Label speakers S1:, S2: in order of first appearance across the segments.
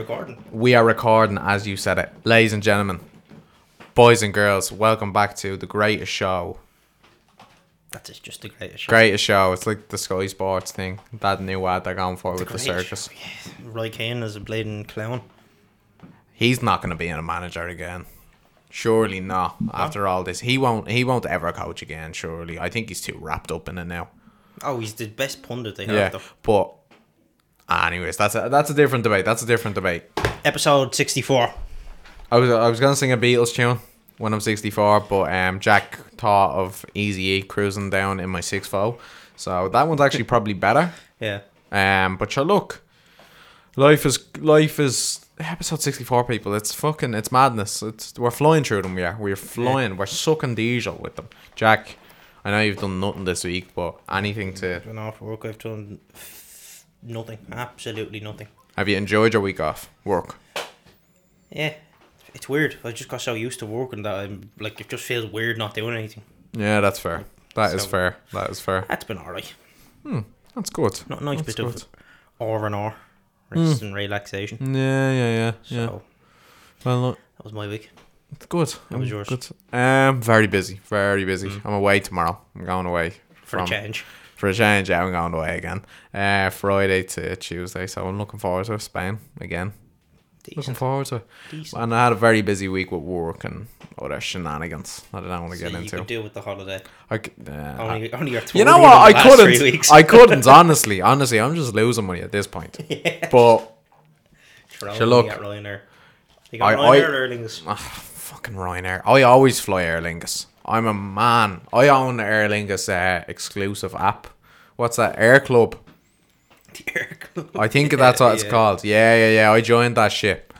S1: recording.
S2: We are recording as you said it. Ladies and gentlemen, boys and girls, welcome back to the greatest show.
S1: That is just the greatest. show.
S2: Greatest show. It's like the Sky Sports thing. That new ad they're going for with the
S1: greatest
S2: circus.
S1: Roy Keane is a bleeding clown.
S2: He's not gonna be in a manager again. Surely not. After all this. He won't he won't ever coach again, surely. I think he's too wrapped up in it now.
S1: Oh, he's the best pundit they have.
S2: Yeah.
S1: Though.
S2: But anyways, that's a that's a different debate. That's a different debate.
S1: Episode sixty-four.
S2: I was I was gonna sing a Beatles tune when I'm 64, but um, Jack thought of Easy E cruising down in my six foe, so that one's actually probably better.
S1: Yeah.
S2: Um, but sure, look, life is life is episode 64, people. It's fucking it's madness. It's we're flying through them. Yeah, we're flying. We're sucking diesel with them. Jack, I know you've done nothing this week, but anything to
S1: Been off work. I've done f- nothing. Absolutely nothing.
S2: have you enjoyed your week off work?
S1: Yeah. It's weird. I just got so used to working that I'm like it just feels weird not doing anything.
S2: Yeah, that's fair. That is
S1: So-
S2: fair. That is fair.
S1: That's been alright.
S2: That's good.
S1: Not a nice
S2: That's
S1: bit of
S2: good.
S1: R and R, rest and relaxation.
S2: Yeah, yeah, yeah, yeah.
S1: So
S2: Well, look,
S1: that was my week.
S2: it's good.
S1: How was
S2: I'm
S1: yours? Mm.
S2: Good. Um, very busy, very busy. I'm away tomorrow. I'm going away
S1: For a
S2: from-
S1: change.
S2: For a change, yeah, I'm going away again. Uh, Friday to Tuesday, so I'm looking forward to Spain again. Looking
S1: Decent.
S2: forward to. it.
S1: Decent.
S2: And I had a very busy week with work and other shenanigans that I don't want to
S1: So
S2: get
S1: you
S2: into.
S1: could deal with the holiday.
S2: I c- uh, I-
S1: Only, only your
S2: you know
S1: touring
S2: what?
S1: in the
S2: I
S1: last three
S2: couldn't.
S1: weeks.
S2: I couldn't. Honestly, honestly, I'm just losing money at this point. But
S1: Toronto,
S2: Sure, look.
S1: You got Ryanair. You got
S2: I-
S1: Ryanair
S2: I-
S1: or Erlings.
S2: Ah, fucking Ryanair. I always fly Aer Lingus. I'm a man. I own the Aer Lingus uh, exclusive app. What's that? Air Club.
S1: Dear God.
S2: I think that's what it's
S1: yeah.
S2: called. Yeah, yeah, yeah. I joined that shit,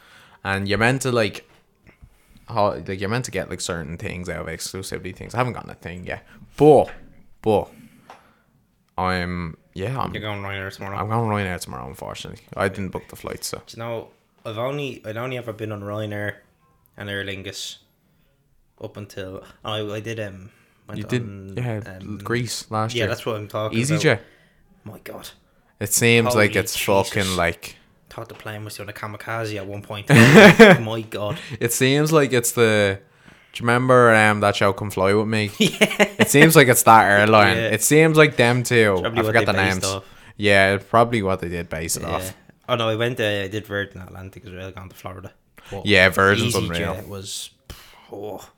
S2: and you're meant to like, how, like you're meant to get like certain things out of it, exclusivity things. I haven't gotten a thing yet, but, but, I'm yeah, I'm
S1: You're going Ryanair tomorrow.
S2: I'm going Ryanair tomorrow. Unfortunately, I didn't book the flight, so
S1: Do you know, I've only I'd only ever been on Ryanair and Aer Lingus up until I I did um went
S2: you did
S1: on,
S2: yeah
S1: um,
S2: Greece last
S1: yeah
S2: year.
S1: that's what I'm talking about.
S2: EasyJet.
S1: My God,
S2: It seems like
S1: Holy
S2: it's
S1: Jesus.
S2: fucking like
S1: thought the plane was doing a kamikaze at one point. My God,
S2: it seems like it's the. Do you remember um, that show "Come Fly with Me"? It seems like it's that airline.
S1: Yeah.
S2: It seems like them too.
S1: Probably
S2: I
S1: what
S2: forget
S1: they
S2: the
S1: based
S2: names.
S1: off.
S2: Yeah, it's probably what they did base it
S1: yeah.
S2: off.
S1: Oh no, I went there. I did Virgin Atlantic as well, gone to Florida. But
S2: Yeah, Virgin's
S1: EasyJet
S2: unreal.
S1: was oh,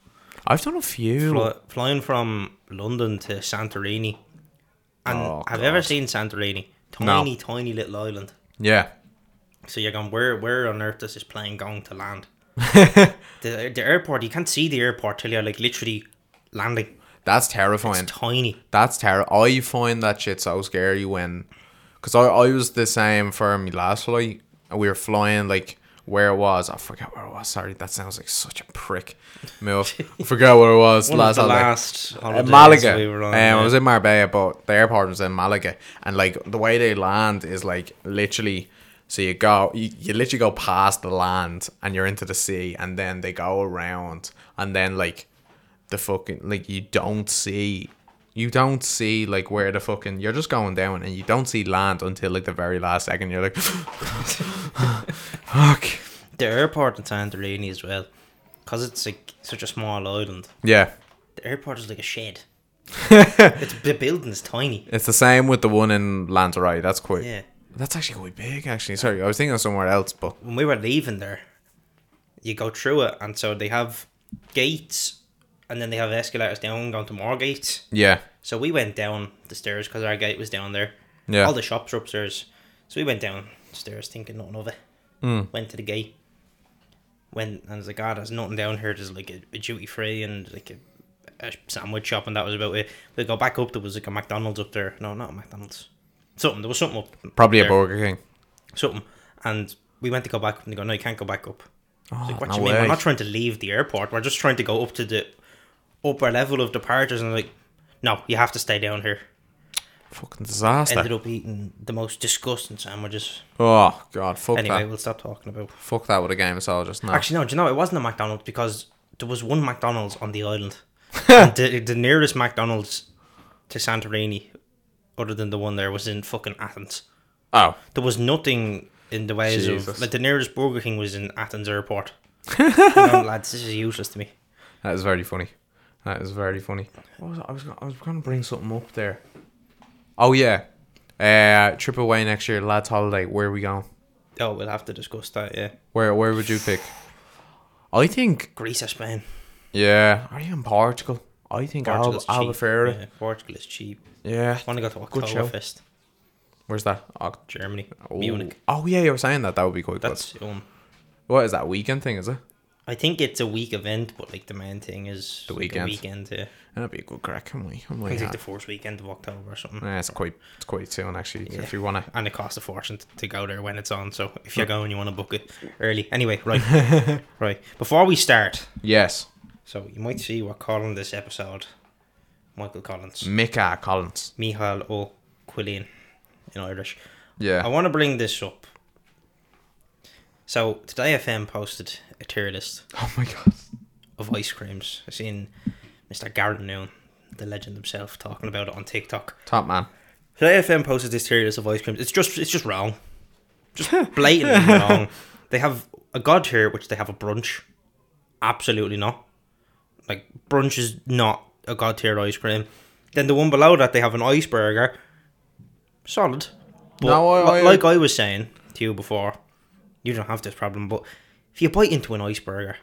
S2: I've done a few.
S1: fly, flying from London to Santorini, and
S2: Oh,
S1: have you ever seen Santorini? Tiny, tiny little island.
S2: yeah,
S1: So you're going, where where on earth is this plane going to land? the, the airport, you can't see the airport till you're like literally landing.
S2: that's terrifying.
S1: It's tiny.
S2: That's terrible. I find that shit so scary when, because I, I was the same for me last flight. We were flying like where it was. I forget where it was. Sorry, that sounds like such a prick move. I forgot where it was
S1: One
S2: last
S1: of the
S2: holiday.
S1: last
S2: Uh,
S1: holidays
S2: Malaga.
S1: we were on.
S2: um, I
S1: yeah.
S2: was in Marbella, but the airport was in Malaga, and like the way they land is like literally. So you go, you, you literally go past the land, and you're into the sea, and then they go around, and then like the fucking like you don't see, you don't see like where the fucking you're just going down, and you don't see land until like the very last second. You're like, fuck,
S1: the airport in Santorini as well, because it's like such a small island.
S2: yeah.
S1: The airport is like a shed. it's the building's tiny.
S2: It's the same with the one in Lanzarote. That's quite.
S1: Yeah.
S2: That's actually quite big, actually. Sorry, I was thinking of somewhere else, but
S1: When we were leaving there, you go through it, and so they have gates, and then they have escalators down going to more gates.
S2: yeah.
S1: So we went down the stairs because our gate was down there.
S2: Yeah.
S1: All the shops were upstairs. So we went down stairs thinking nothing of it.
S2: Hmm.
S1: Went to the gate. Went and I was like, God, there's nothing down here. There's like a, a duty free and like a, a sandwich shop, and that was about it. We go back up. There was like a McDonald's up there. No, not a McDonald's. Something. There was something up.
S2: Probably
S1: there.
S2: a Burger King.
S1: Something. And we went to go back up, and they go, No, you can't go back up. I was like, what
S2: Ah, no
S1: do you mean?
S2: way.
S1: We're not trying to leave the airport. We're just trying to go up to the upper level of departures. And like, no, you have to stay down here
S2: Fucking disaster.
S1: ended up eating the most disgusting sandwiches.
S2: oh god, fuck
S1: Anyway,
S2: that.
S1: we'll stop talking about.
S2: Fuck that with a game of soldiers. No.
S1: Actually, no. Do you know it wasn't a McDonald's because there was one McDonald's on the island. and the, the nearest McDonald's to Santorini, other than the one there, was in fucking Athens.
S2: oh.
S1: There was nothing in the ways
S2: Jesus.
S1: of like the nearest Burger King was in Athens Airport. Come on, lads, this is useless to me.
S2: That is very funny. That is very funny. What was I, I was gonna, I was going to bring something up there. Oh yeah, uh, trip away next year, lads' holiday. Where are we going?
S1: Oh, we'll have to discuss that. Yeah,
S2: Where Where would you pick? I think
S1: Greece or Spain?
S2: yeah. Are you in Portugal? I think Al-
S1: Portugal's cheap.
S2: Albufeira.
S1: Yeah, Portugal is cheap.
S2: Yeah.
S1: I want to go to
S2: Good show.
S1: Oktoberfest,
S2: Where's that? Oh,
S1: Germany,
S2: oh.
S1: Munich.
S2: Oh yeah, you were saying that. That would be quite good.
S1: That's um.
S2: What is that weekend thing? Is it?
S1: I think it's a week event, but like the main thing is
S2: The
S1: like,
S2: weekend.
S1: The weekend, yeah.
S2: That'd be a good crack. Can we? ah. Can
S1: I
S2: we?
S1: think it's
S2: Yeah.
S1: like the first weekend of October or something.
S2: Eh, it's quite it's quite soon actually.
S1: Yeah.
S2: If you wanna.
S1: And it costs a fortune t- to go there when it's on. So if you're going, you want to book it early. Anyway, right, right. Before we start,
S2: Yes,
S1: so you might see we're calling this episode Michael Collins,
S2: Mika Collins.
S1: Michael O'Quillian in Irish. I
S2: Yeah.
S1: want to bring this up. So today, FM posted a tier list
S2: Oh my god.
S1: of ice creams. I seen Mr. Garrett Noon, the legend himself, talking about it on TikTok.
S2: Top man.
S1: So AFM posted this tier list of ice creams. It's just it's just wrong. Just blatantly wrong. They have a god tier which they have a brunch. Absolutely not. Like brunch is not a god tier ice cream. Then the one below that they have an ice burger. Solid. But
S2: No, I-
S1: li-
S2: I-
S1: like I was saying to you before, you don't have this problem, but if you bite into an ice burger,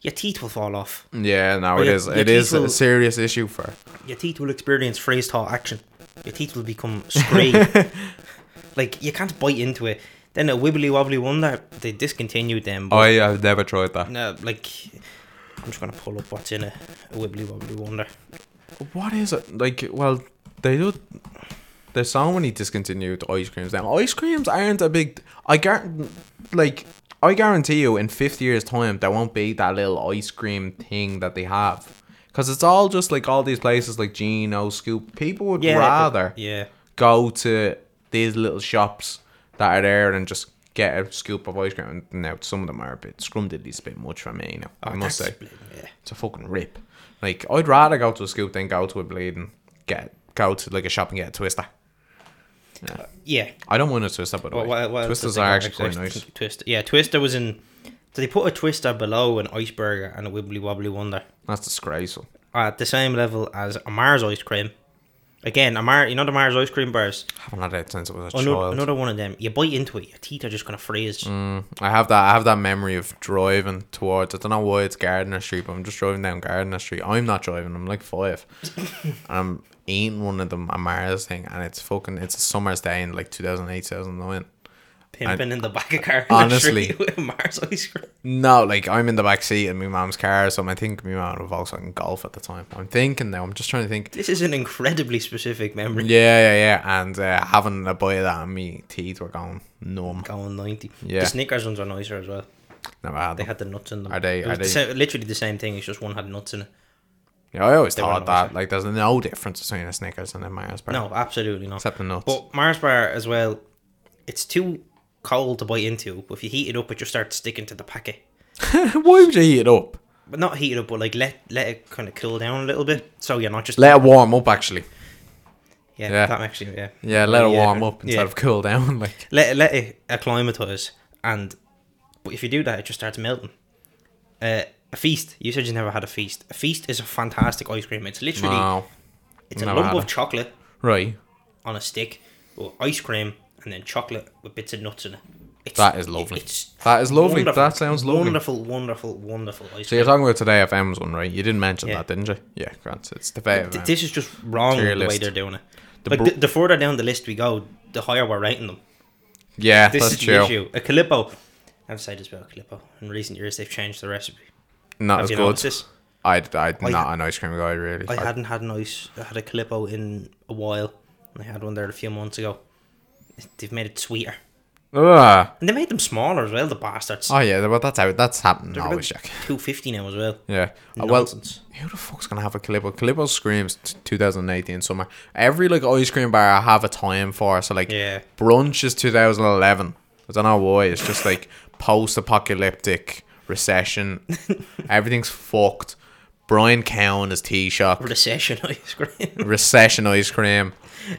S1: your teeth will fall off.
S2: Oh, Yeah, no,
S1: But
S2: it
S1: your-
S2: is.
S1: your
S2: It is
S1: teeth
S2: a
S1: will-
S2: serious issue for.
S1: your teeth will experience phrase thought action. Your teeth will become straight. like you can't bite into it. Then a wibbly wobbly one that they discontinued them. But
S2: I have Oh, never tried that.
S1: no, like I'm just gonna pull up what's in a, a wibbly wobbly wonder.
S2: What is it like? Well, they do. There's so many discontinued ice creams now. Ice creams aren't a big. I guarantee, like, I guarantee you, in 50 years' time, there won't be that little ice cream thing that they have, because it's all just like all these places like Gino, Scoop. People would
S1: Yeah, but-
S2: rather
S1: Yeah,
S2: go to these little shops that are there and just get a scoop of ice cream. And Now, some of them are a bit scrumdiddly's a bit much for me. You know, I must say
S1: Oh, That's- yeah.
S2: it's a fucking rip. Like I'd rather go to a scoop than go to a blade and get go to like a shop and get a twister.
S1: Uh, Yeah.
S2: I don't want a twister, but
S1: What, what, what else did
S2: twisters
S1: they
S2: are
S1: have?
S2: actually quite
S1: Actually, I
S2: nice.
S1: think Twister. Yeah, Twister was in. So they put a Twister below an ice burger and a wibbly wobbly wonder.
S2: That's disgraceful.
S1: At the same level as a Mars ice cream. Again, a Mar- you know the Mars ice cream bars?
S2: I haven't had that since I was a
S1: Another,
S2: child. Mm.
S1: another one of them. um, You bite into it, your teeth are just gonna freeze.
S2: I have that. I have that memory of driving towards. I don't know why it's Gardiner Street, but I'm just driving down Gardiner Street. I'm not driving. I'm like five, and I'm eating one of them a Mars thing, and it's fucking. It's a summer's day in like 2008, 2009.
S1: Pimping in the back of car.
S2: Honestly.
S1: Street with Mars ice cream.
S2: No, like I'm in the back seat in my mom's car, or something. I think my mom was also in golf at the time. I'm thinking now. I'm just trying to think.
S1: This is an incredibly specific memory.
S2: Yeah, yeah, yeah. And uh, having a bite of that, and me teeth were going numb.
S1: Going ninety.
S2: Yeah.
S1: The Snickers ones are nicer as well.
S2: Never had
S1: They
S2: them.
S1: had the nuts in them.
S2: Are they-
S1: It was
S2: are
S1: the
S2: they-
S1: sa- literally the same thing. It's just one had nuts in it.
S2: Yeah, I always
S1: were
S2: thought
S1: nicer.
S2: that like there's no difference between a Snickers and a Mars bar.
S1: No, absolutely not.
S2: except the nuts.
S1: But Mars bar as well. It's too cold to bite into. But if you heat it up, it just starts sticking to the packet.
S2: Why would you heat it up?
S1: But not heat it up, but like let let it kind of cool down a little bit. So you're not just
S2: Let it warm up, actually.
S1: yeah,
S2: yeah.
S1: that actually yeah
S2: Yeah, let it
S1: Yeah.
S2: warm up instead
S1: Yeah.
S2: of cool down. Like,
S1: let let it acclimatize and but if you do that it just starts melting uh, a feast you said you never had a feast a feast is a fantastic ice cream it's literally
S2: no,
S1: it's a
S2: never
S1: lump
S2: had
S1: of
S2: it.
S1: chocolate
S2: right?
S1: on a stick or ice cream and then chocolate with bits of nuts in it it's,
S2: That is lovely.
S1: it's
S2: That is lovely.
S1: wonderful.
S2: That sounds lovely.
S1: wonderful wonderful wonderful ice
S2: So you're
S1: cream
S2: talking about today FM's one, right? You didn't mention
S1: Yeah.
S2: that, didn't you? Yeah, Grant. It's the Today
S1: Th-
S2: FM.
S1: this is just wrong
S2: Tier
S1: the way
S2: list.
S1: they're doing it
S2: The
S1: like
S2: bro-
S1: the, the further down the list we go the higher we're rating them
S2: yeah,
S1: This
S2: that's
S1: is
S2: true.
S1: the issue. A Calippo. I've said this about Calippo. In recent years, they've changed the recipe.
S2: Not
S1: Have
S2: as
S1: you
S2: good.
S1: noticed this?
S2: I'd, I'd not an ice cream guy really.
S1: I hadn't had an ice. I had a Calippo in a while. And I had one there a few months ago. They've made it sweeter.
S2: Ugh.
S1: And they made them smaller as well, the bastards.
S2: Oh yeah, well that's how that's happening
S1: They're about
S2: always, Jack.
S1: 250 now as well.
S2: Yeah. Uh, well,
S1: Nonsense.
S2: who the fuck's gonna have a Calippo? Calippo screams t- 2018 summer. Every like oh, ice cream bar I have a time for. So like
S1: Yeah.
S2: brunch is 2011. I don't know why. It's just like post-apocalyptic recession. Everything's fucked. Brian Cowan is tea shop.
S1: Recession ice cream.
S2: Recession ice cream.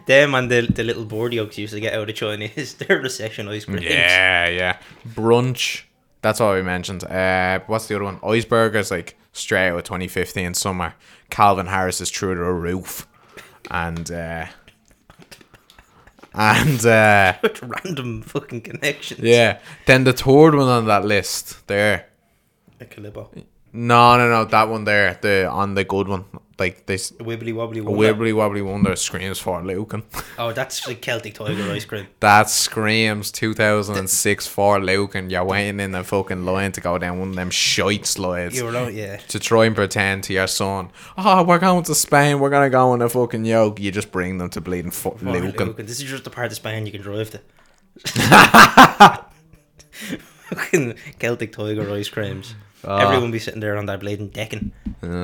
S1: Them and the, the little board yolks you used to get out of Chinese. They're recession ice creams.
S2: Yeah, yeah. Brunch. That's all we mentioned. Uh, what's the other one? Iceberg is like straight out of 2015 summer. Calvin Harris is through the roof, and uh, and uh,
S1: With random fucking connections.
S2: yeah. Then the third one on that list there.
S1: A Calibbo.
S2: No, no, no. That one there. The on the good one. Like this
S1: A wibbly wobbly wobble.
S2: wibbly wobbly one that screams for Lucan.
S1: Oh, that's the Celtic Tiger ice cream.
S2: That screams 2006 for Lucan. You're waiting in the fucking line to go down one of them shite slides.
S1: You were out, yeah.
S2: to try and pretend to your son, oh, we're going to Spain, we're going to go on a fucking yoke. You just bring them to bleeding fu-
S1: Oh,
S2: Lucan.
S1: Lucan. This is just the part of Spain you can drive to. Fucking Celtic Tiger ice creams.
S2: Ah.
S1: Everyone be sitting there on that bleeding decking,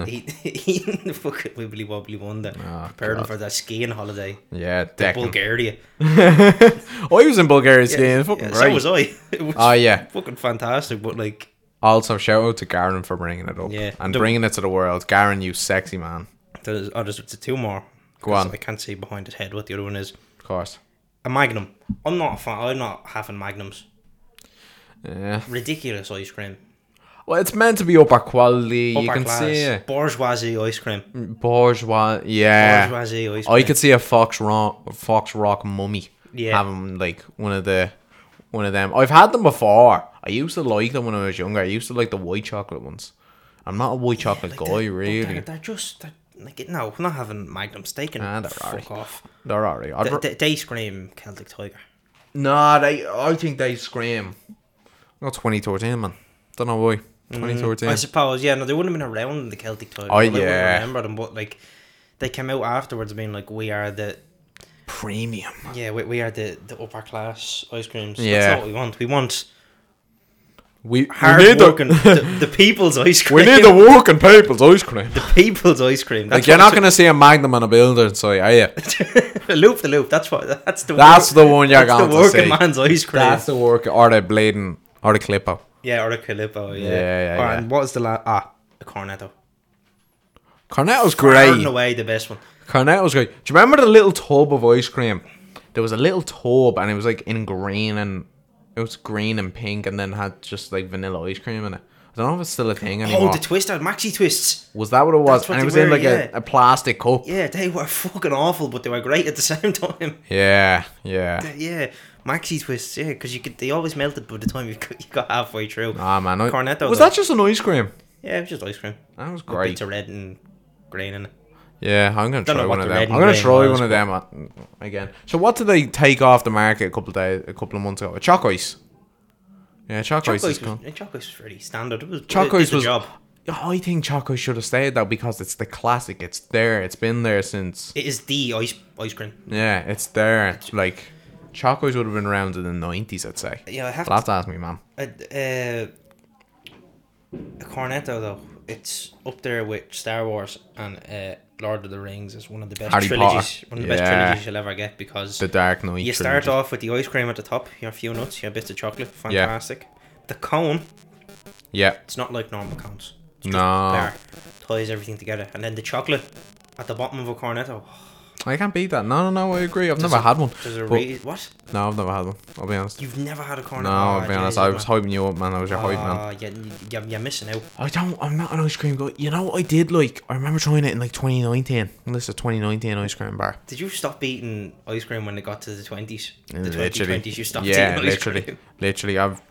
S1: eat, eating the fucking wibbly wobbly wonder, preparing for that skiing holiday.
S2: Yeah, Ah, decking.
S1: Bulgaria.
S2: Oh, he was in Bulgaria today. fucking
S1: Yeah,
S2: great.
S1: so was I. It was
S2: Oh, yeah.
S1: fucking fantastic, but like,
S2: Also, shout out to Garen for bringing it up
S1: Yeah.
S2: and
S1: The-
S2: bringing it to the world. Garen, you sexy man.
S1: there's, oh, there's two more.
S2: Go
S1: 'Cause
S2: on.
S1: I can't see behind his head what the other one is.
S2: Of course.
S1: A Magnum. I'm not a fan. I'm not having Magnums.
S2: Yeah.
S1: Ridiculous ice cream.
S2: Well, it's meant to be upper quality. you
S1: Upper
S2: can
S1: class.
S2: see it.
S1: Bourgeoisie ice cream.
S2: Bourgeois. Yeah.
S1: Bourgeoisie ice cream.
S2: I could see a Fox Rock, Fox Rock mummy
S1: Yeah.
S2: having like one of the one of them. I've had them before. I used to like them when I was younger. I used to like the white chocolate ones. I'm not a white chocolate
S1: Like, oh,
S2: guy,
S1: they're- but
S2: really.
S1: They're,
S2: They're,
S1: they're just they're, like no, we're not having Magnum steak and
S2: Ah, they're
S1: fuck
S2: alright.
S1: off.
S2: alright. I'd
S1: They,
S2: r-
S1: they, they scream Celtic Tiger.
S2: nah, they. I think they scream. Not 2013, man. Don't know why.
S1: Mm.
S2: 2013.
S1: I suppose yeah. No, they wouldn't have been around the Celtic Tiger.
S2: Oh,
S1: I wouldn't
S2: yeah.
S1: remember them, but like they came out afterwards being like we are the
S2: Premium.
S1: yeah we, we are the, the upper class ice creams. That's
S2: Yeah.
S1: not what we want. We want
S2: We,
S1: hard
S2: we need
S1: working
S2: the
S1: the, the people's ice cream.
S2: we need the working people's ice cream.
S1: the people's ice cream.
S2: Like
S1: That's
S2: you're
S1: what
S2: not gonna see a Magnum on a building, so are you?
S1: loop the loop. That's what that's the
S2: That's the one you're
S1: that's
S2: going
S1: the
S2: to
S1: working
S2: see.
S1: man's ice cream.
S2: That's the work or the blading or the clipper.
S1: Yeah, or a Calippo, yeah.
S2: Yeah, yeah,
S1: And what was the last? Ah, a Cornetto.
S2: Cornetto's
S1: Far and
S2: great.
S1: away the best one.
S2: Cornetto's great. Do you remember the little tub of ice cream? There was a little tub and it was like in green and it was green and pink and then had just like vanilla ice cream in it. I don't know if it's still a thing
S1: Oh,
S2: anymore.
S1: the twist out, maxi twists.
S2: was that what it was?
S1: That's what
S2: and
S1: they
S2: it was in
S1: were,
S2: like
S1: yeah.
S2: a, a plastic cup. Yeah,
S1: Yeah, they were fucking awful, but they were great at the same time.
S2: yeah. yeah.
S1: Yeah, maxi twists. Yeah, because you could they always melted by the time you got, you got halfway through.
S2: Ah man, I,
S1: Cornetto,
S2: was
S1: though.
S2: that just an ice cream?
S1: Yeah, it was just ice cream.
S2: That was
S1: With
S2: great.
S1: Bits of red and green in it.
S2: Yeah, I'm gonna
S1: know
S2: try
S1: what
S2: one of
S1: the
S2: them.
S1: red
S2: I'm
S1: and
S2: gonna
S1: green
S2: try
S1: was,
S2: one of them uh, again. So what did they take off the market a couple of days, a couple of months ago? Choc ice. Yeah, choc, ice
S1: Choco
S2: is
S1: was,
S2: cool.
S1: yeah, Choco was pretty standard. It was
S2: Choc
S1: it did
S2: ice
S1: the
S2: was.
S1: job.
S2: Yeah, Oh, I think choc ice should have stayed though because it's the classic. It's there. It's been there since.
S1: It is the ice ice cream.
S2: Yeah, it's there. Like choc ice would have been around in the nineties, I'd say.
S1: Yeah, I have
S2: Well, that's ask me, man.
S1: Uh, uh, a Cornetto though, it's up there with Star Wars and uh, Lord of the Rings is one of the best
S2: Harry Potter.
S1: trilogies, one of the best
S2: Yeah.
S1: trilogies you'll ever get because
S2: The Dark Knight.
S1: you start
S2: trilogy.
S1: off with the ice cream at the top, your few nuts, your bits of chocolate,
S2: Yeah.
S1: fantastic. The cone,
S2: Yeah.
S1: it's not like normal cones. It's just
S2: No,
S1: there, ties everything together, and then the chocolate at the bottom of a Cornetto.
S2: I can't beat that. No, no, no. I agree. I've never had one.
S1: There's a
S2: But-
S1: re- what?
S2: no, I've never had one. I'll be honest.
S1: You've never had a Cornetto?
S2: No,
S1: Oh,
S2: I'll be
S1: Jesus,
S2: honest. I was
S1: man.
S2: hyping you up, man. I was your hype man.
S1: Oh, yeah, you- you're, you're missing out.
S2: I don't. I'm not an ice cream guy. You know what I did like? I remember trying it in like 2019. This is a 2019 ice cream bar.
S1: Did you stop eating ice cream when it got to the twenties? The twenty twenties, you stopped
S2: yeah,
S1: eating ice
S2: literally,
S1: cream.
S2: literally. I've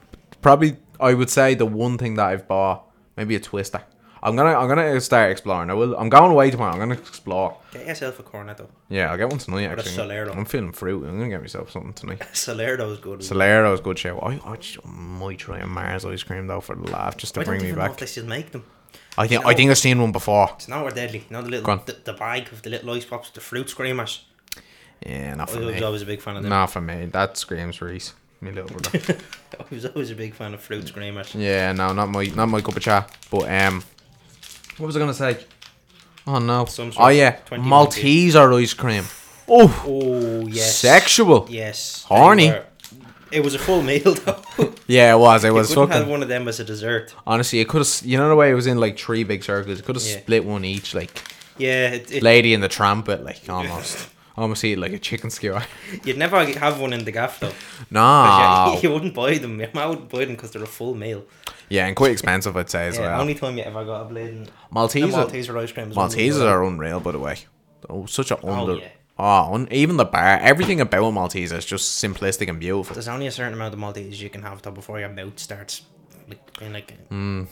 S2: probably. I would say the one thing that I've bought maybe a twister. I'm gonna. I'm gonna start exploring. I will. I'm going away tomorrow. I'm gonna explore.
S1: Get yourself a cornetto.
S2: Yeah, I'll get one tonight. Actually,
S1: Solero.
S2: I'm feeling fruity. I'm gonna get myself something tonight.
S1: Salerdo's good. as well.
S2: Solero's good show. I, I just might try a Mars ice cream though for the laugh, just to
S1: I don't
S2: bring me
S1: even know if
S2: back.
S1: they still make them.
S2: I think.
S1: No.
S2: I think I've seen one before.
S1: It's now we're deadly. You know the
S2: Go
S1: little
S2: on.
S1: the, the bag of the little ice pops, the fruit screamers.
S2: Yeah, not
S1: I
S2: for
S1: was
S2: me.
S1: always a big fan of them.
S2: Not for me. That screams Reese. Me little brother.
S1: I was always a big fan of fruit screamers.
S2: Yeah, no, not my not my cup of cha. But um, what was I gonna say? Oh no!
S1: Some sort
S2: oh yeah,
S1: of 20
S2: Maltese or ice cream. Oh,
S1: Oh yes.
S2: sexual.
S1: Yes.
S2: Horny.
S1: They were It was a full meal though.
S2: Yeah, it was. It
S1: you
S2: was
S1: couldn't have
S2: fucking.
S1: one of them as a dessert.
S2: Honestly, it could have. You know the way it was in like three big circles. It could have
S1: Yeah.
S2: split one each, like
S1: Yeah, it, it,
S2: lady in the trumpet, like almost, almost eat like a chicken skewer.
S1: you'd never have one in the gaff though. 'Cause
S2: no.
S1: You, you wouldn't buy them. Your mum wouldn't buy them because they're a full meal.
S2: Yeah, and quite expensive, I'd say as
S1: Yeah,
S2: well.
S1: only time you ever got a blade in
S2: Malteser,
S1: and Malteser ice cream. is one of the
S2: Maltesers
S1: other-
S2: are unreal, by the way. Oh, such a under. Oh,
S1: yeah.
S2: un- even the bar, everything about a Malteser is just simplistic and beautiful.
S1: There's only a certain amount of Maltesers you can have though before your mouth starts like being like, like that.
S2: Hmm.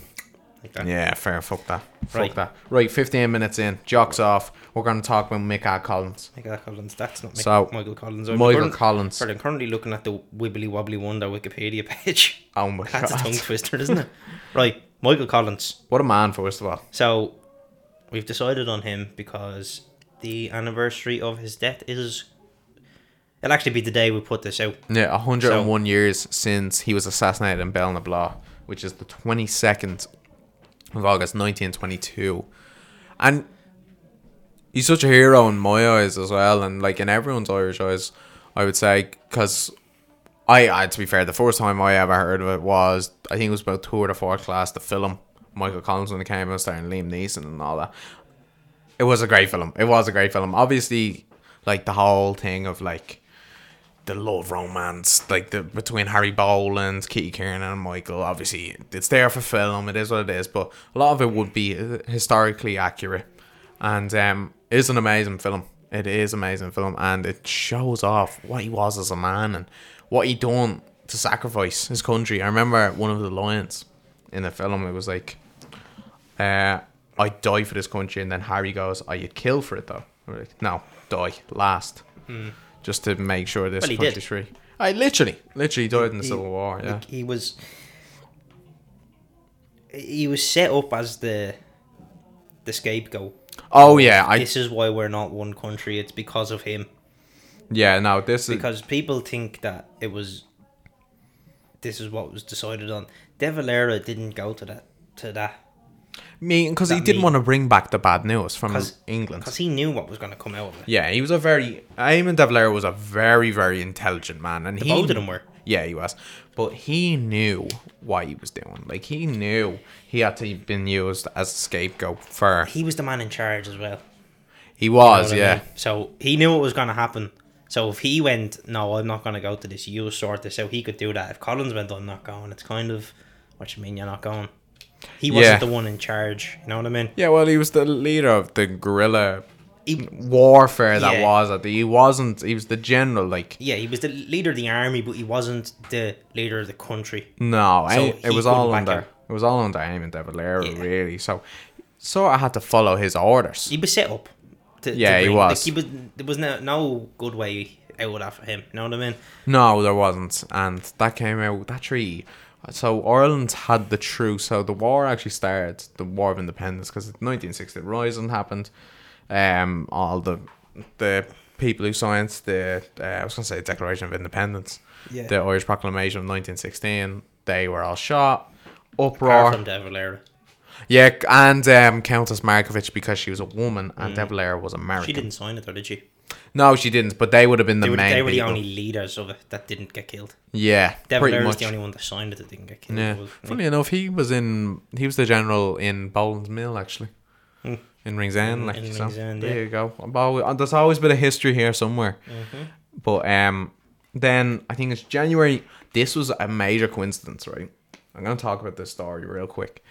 S2: Yeah, fair. Fuck that. Fuck
S1: Right.
S2: that. Right, 15 minutes in. Jocks off. We're going to talk about Mick R. Collins.
S1: Michael Collins. That's not Michael,
S2: So,
S1: Michael Collins.
S2: Michael
S1: current-
S2: Collins.
S1: sorry, I'm currently looking at the wibbly wobbly wonder Wikipedia page.
S2: Oh my
S1: That's a tongue
S2: god.
S1: twister, isn't it? right, Michael Collins.
S2: What a man, first of all.
S1: So we've decided on him because the anniversary of his death is. It'll actually be the day we put this out.
S2: Yeah, 101 years since he was assassinated in Belnabla, which is the 22nd of August 1922. And he's such a hero in my eyes as well, and like in everyone's Irish eyes, I would say, because I, I, to be fair, the first time I ever heard of it was, I think it was about two or the fourth class, the film Michael Collins when it came out, starring Liam Neeson and all that. It was a great film. It was a great film. Obviously, like the whole thing of like the love romance, like the between Harry Boland, Kitty Kieran, and Michael. Obviously, it's there for film. It is what it is, but a lot of it would be uh, historically accurate, and um, it's an amazing film. It is amazing film, and it shows off what he was as a man and what he done to sacrifice his country. I remember one of the lines in the film. It was like, uh, "I die for this country," and then Harry goes, "I would kill for it though." We're like, no, die last, just to make sure this
S1: Hmm. Well, he did.
S2: country's free. I literally, literally died in the Civil War. Yeah,
S1: Like, he was. He was set up as the, the scapegoat.
S2: oh yeah, I
S1: This is why we're not one country. It's because of him.
S2: yeah. No, this is
S1: because people think that it was this is what was decided on. De Valera didn't go to that to that
S2: me because he
S1: that
S2: didn't
S1: mean-
S2: want to bring back the bad news from
S1: 'Cause-
S2: England.
S1: because he knew what was going to come out of it.
S2: Yeah, he was a very Eamon De Valera was a very very intelligent man, and he
S1: Both of them were.
S2: Yeah, he was, but he knew what he was doing. Like he knew he had to been used as a scapegoat for.
S1: He was the man in charge as well.
S2: He was,
S1: know what I
S2: yeah.
S1: mean? So he knew what was going to happen. So if he went, no, I'm not going to go to this. You sort this out. He could do that. If Collins went, I'm not going. It's kind of what you mean. You're not going. He wasn't
S2: Yeah.
S1: the one in charge. You know what I mean?
S2: Yeah, well, he was the leader of the guerrilla
S1: He-
S2: warfare that
S1: Yeah.
S2: was. At the, he wasn't. He was the general. Like
S1: Yeah, he was the leader of the army, but he wasn't the leader of the country.
S2: no, I-
S1: So he
S2: it was
S1: couldn't
S2: all
S1: back
S2: under.
S1: him.
S2: It was all under Eamon De Valera,
S1: Yeah.
S2: really. So, so I had to follow his orders.
S1: he was set up. To,
S2: Yeah, he
S1: bring-
S2: was.
S1: Like, he was. There was no, no good way out of that for him. You know what I mean?
S2: No, there wasn't, and that came out that treaty. So Ireland had the truce. So the war actually started, the War of Independence, because 1960 the Rising happened. Um, all the the people who signed the uh, I was gonna say Declaration of Independence,
S1: Yeah.
S2: the Irish Proclamation of 1916. They were all shot.
S1: Apart
S2: Uproar.
S1: from De Valera.
S2: yeah, c- and um, Countess Markovic because she was a woman and De Valera was American.
S1: Mm. She didn't sign it though, did she?
S2: No, she didn't. But they would have been the
S1: They were,
S2: main
S1: they were the
S2: people.
S1: only leaders of it that didn't get killed.
S2: yeah,
S1: De
S2: pretty
S1: Valera was
S2: much.
S1: the only one that signed it that didn't get killed.
S2: Yeah.
S1: wasn't he?
S2: Funny enough, he was in he was the general in Boland's Mill actually. In Ringsend, like
S1: in
S2: so.
S1: Ringsend,
S2: there
S1: yeah.
S2: you go. I've always- uh, there's always a bit of history here somewhere.
S1: Mm-hmm.
S2: But um, then I think it's January. This was a major coincidence, right? I'm gonna talk about this story real quick.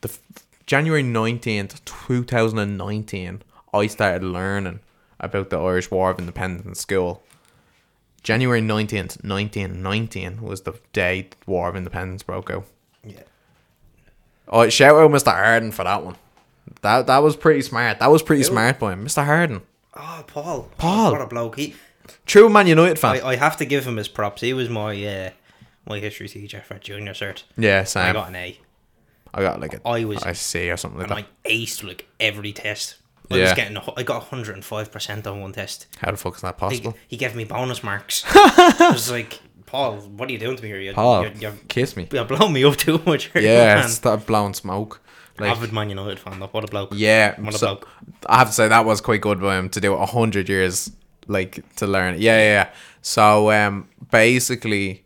S2: The f- January 19th, 2019, I started learning about the Irish War of Independence in school. January 19th, 1919 was the day the War of Independence broke out.
S1: Yeah.
S2: Oh, shout out Mr. Harden for that one. That that was pretty smart. That was pretty smart by him, Mr. Harden.
S1: Oh, Paul.
S2: Paul.
S1: What a bloke. He,
S2: True Man United fan.
S1: I, I have to give him his props. He was my uh, my history teacher for junior cert.
S2: yeah, same.
S1: I got an A.
S2: like a
S1: I was-
S2: Um, I see or something like
S1: And
S2: that.
S1: I aced like every test. I was
S2: Yeah.
S1: getting a hu- I got 105% on one test.
S2: How the fuck is that
S1: he,
S2: possible?
S1: he gave me bonus marks. I was like, Paul, what are you doing to me here? You're,
S2: Oh,
S1: you're, you're,
S2: kiss me.
S1: you're blowing me up too much. here,
S2: Yeah,
S1: man."
S2: stop blowing smoke. Like
S1: avid Man United fan. though. What a bloke.
S2: yeah,
S1: What a
S2: so,
S1: bloke.
S2: I have to say that was quite good by him to do it hundred years like to learn. Yeah, yeah. yeah. So um, basically,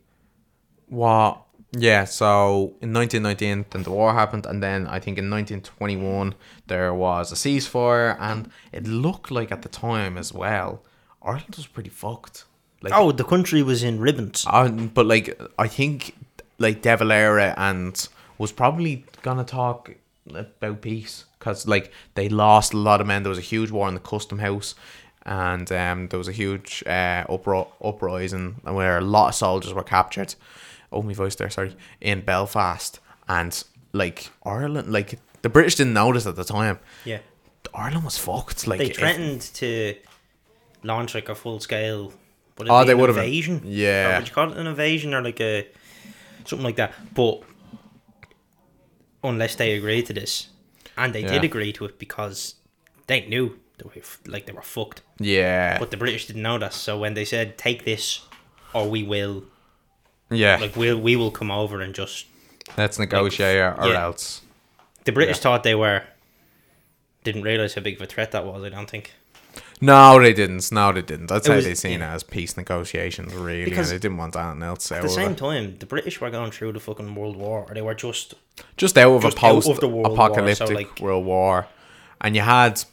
S2: what? Yeah. So in 1919, then the war happened, and then I think in 1921 there was a ceasefire, and it looked like at the time as well, Ireland was pretty fucked. Like,
S1: Oh, the country was in ribbons.
S2: um, but like I think like De Valera and was probably gonna talk about peace because like they lost a lot of men. There was a huge war in the custom house, and um, there was a huge uh, upro- uprising where a lot of soldiers were captured. Oh, my voice there, sorry, in Belfast and like Ireland, like the British didn't notice at the time.
S1: Yeah.
S2: Ireland was fucked. Like
S1: They
S2: if-
S1: threatened to launch like a full scale.
S2: Oh, they would've been-
S1: invasion.
S2: Yeah.
S1: Or would you call it an invasion or like a something like that? But unless they agree to this, and they did
S2: Yeah.
S1: agree to it because they knew they were f- like they were fucked.
S2: yeah,
S1: But the British didn't know that. So when they said, "Take this, or we will,"
S2: yeah.
S1: like we'll we will come over and just
S2: Let's negotiate or
S1: yeah.
S2: else.
S1: the British thought they were. Didn't realize how big of a threat that was. I don't think.
S2: No, they didn't. No, they didn't. I'd say
S1: was-
S2: they seen
S1: yeah.
S2: it as peace negotiations, really,
S1: Because
S2: and they didn't want anything else out
S1: At the
S2: of
S1: same
S2: it.
S1: time, the British were going through the fucking World War, or they were just
S2: Just out of a
S1: just out of
S2: post
S1: the world war, so,
S2: apocalyptic
S1: like-
S2: world war. And you had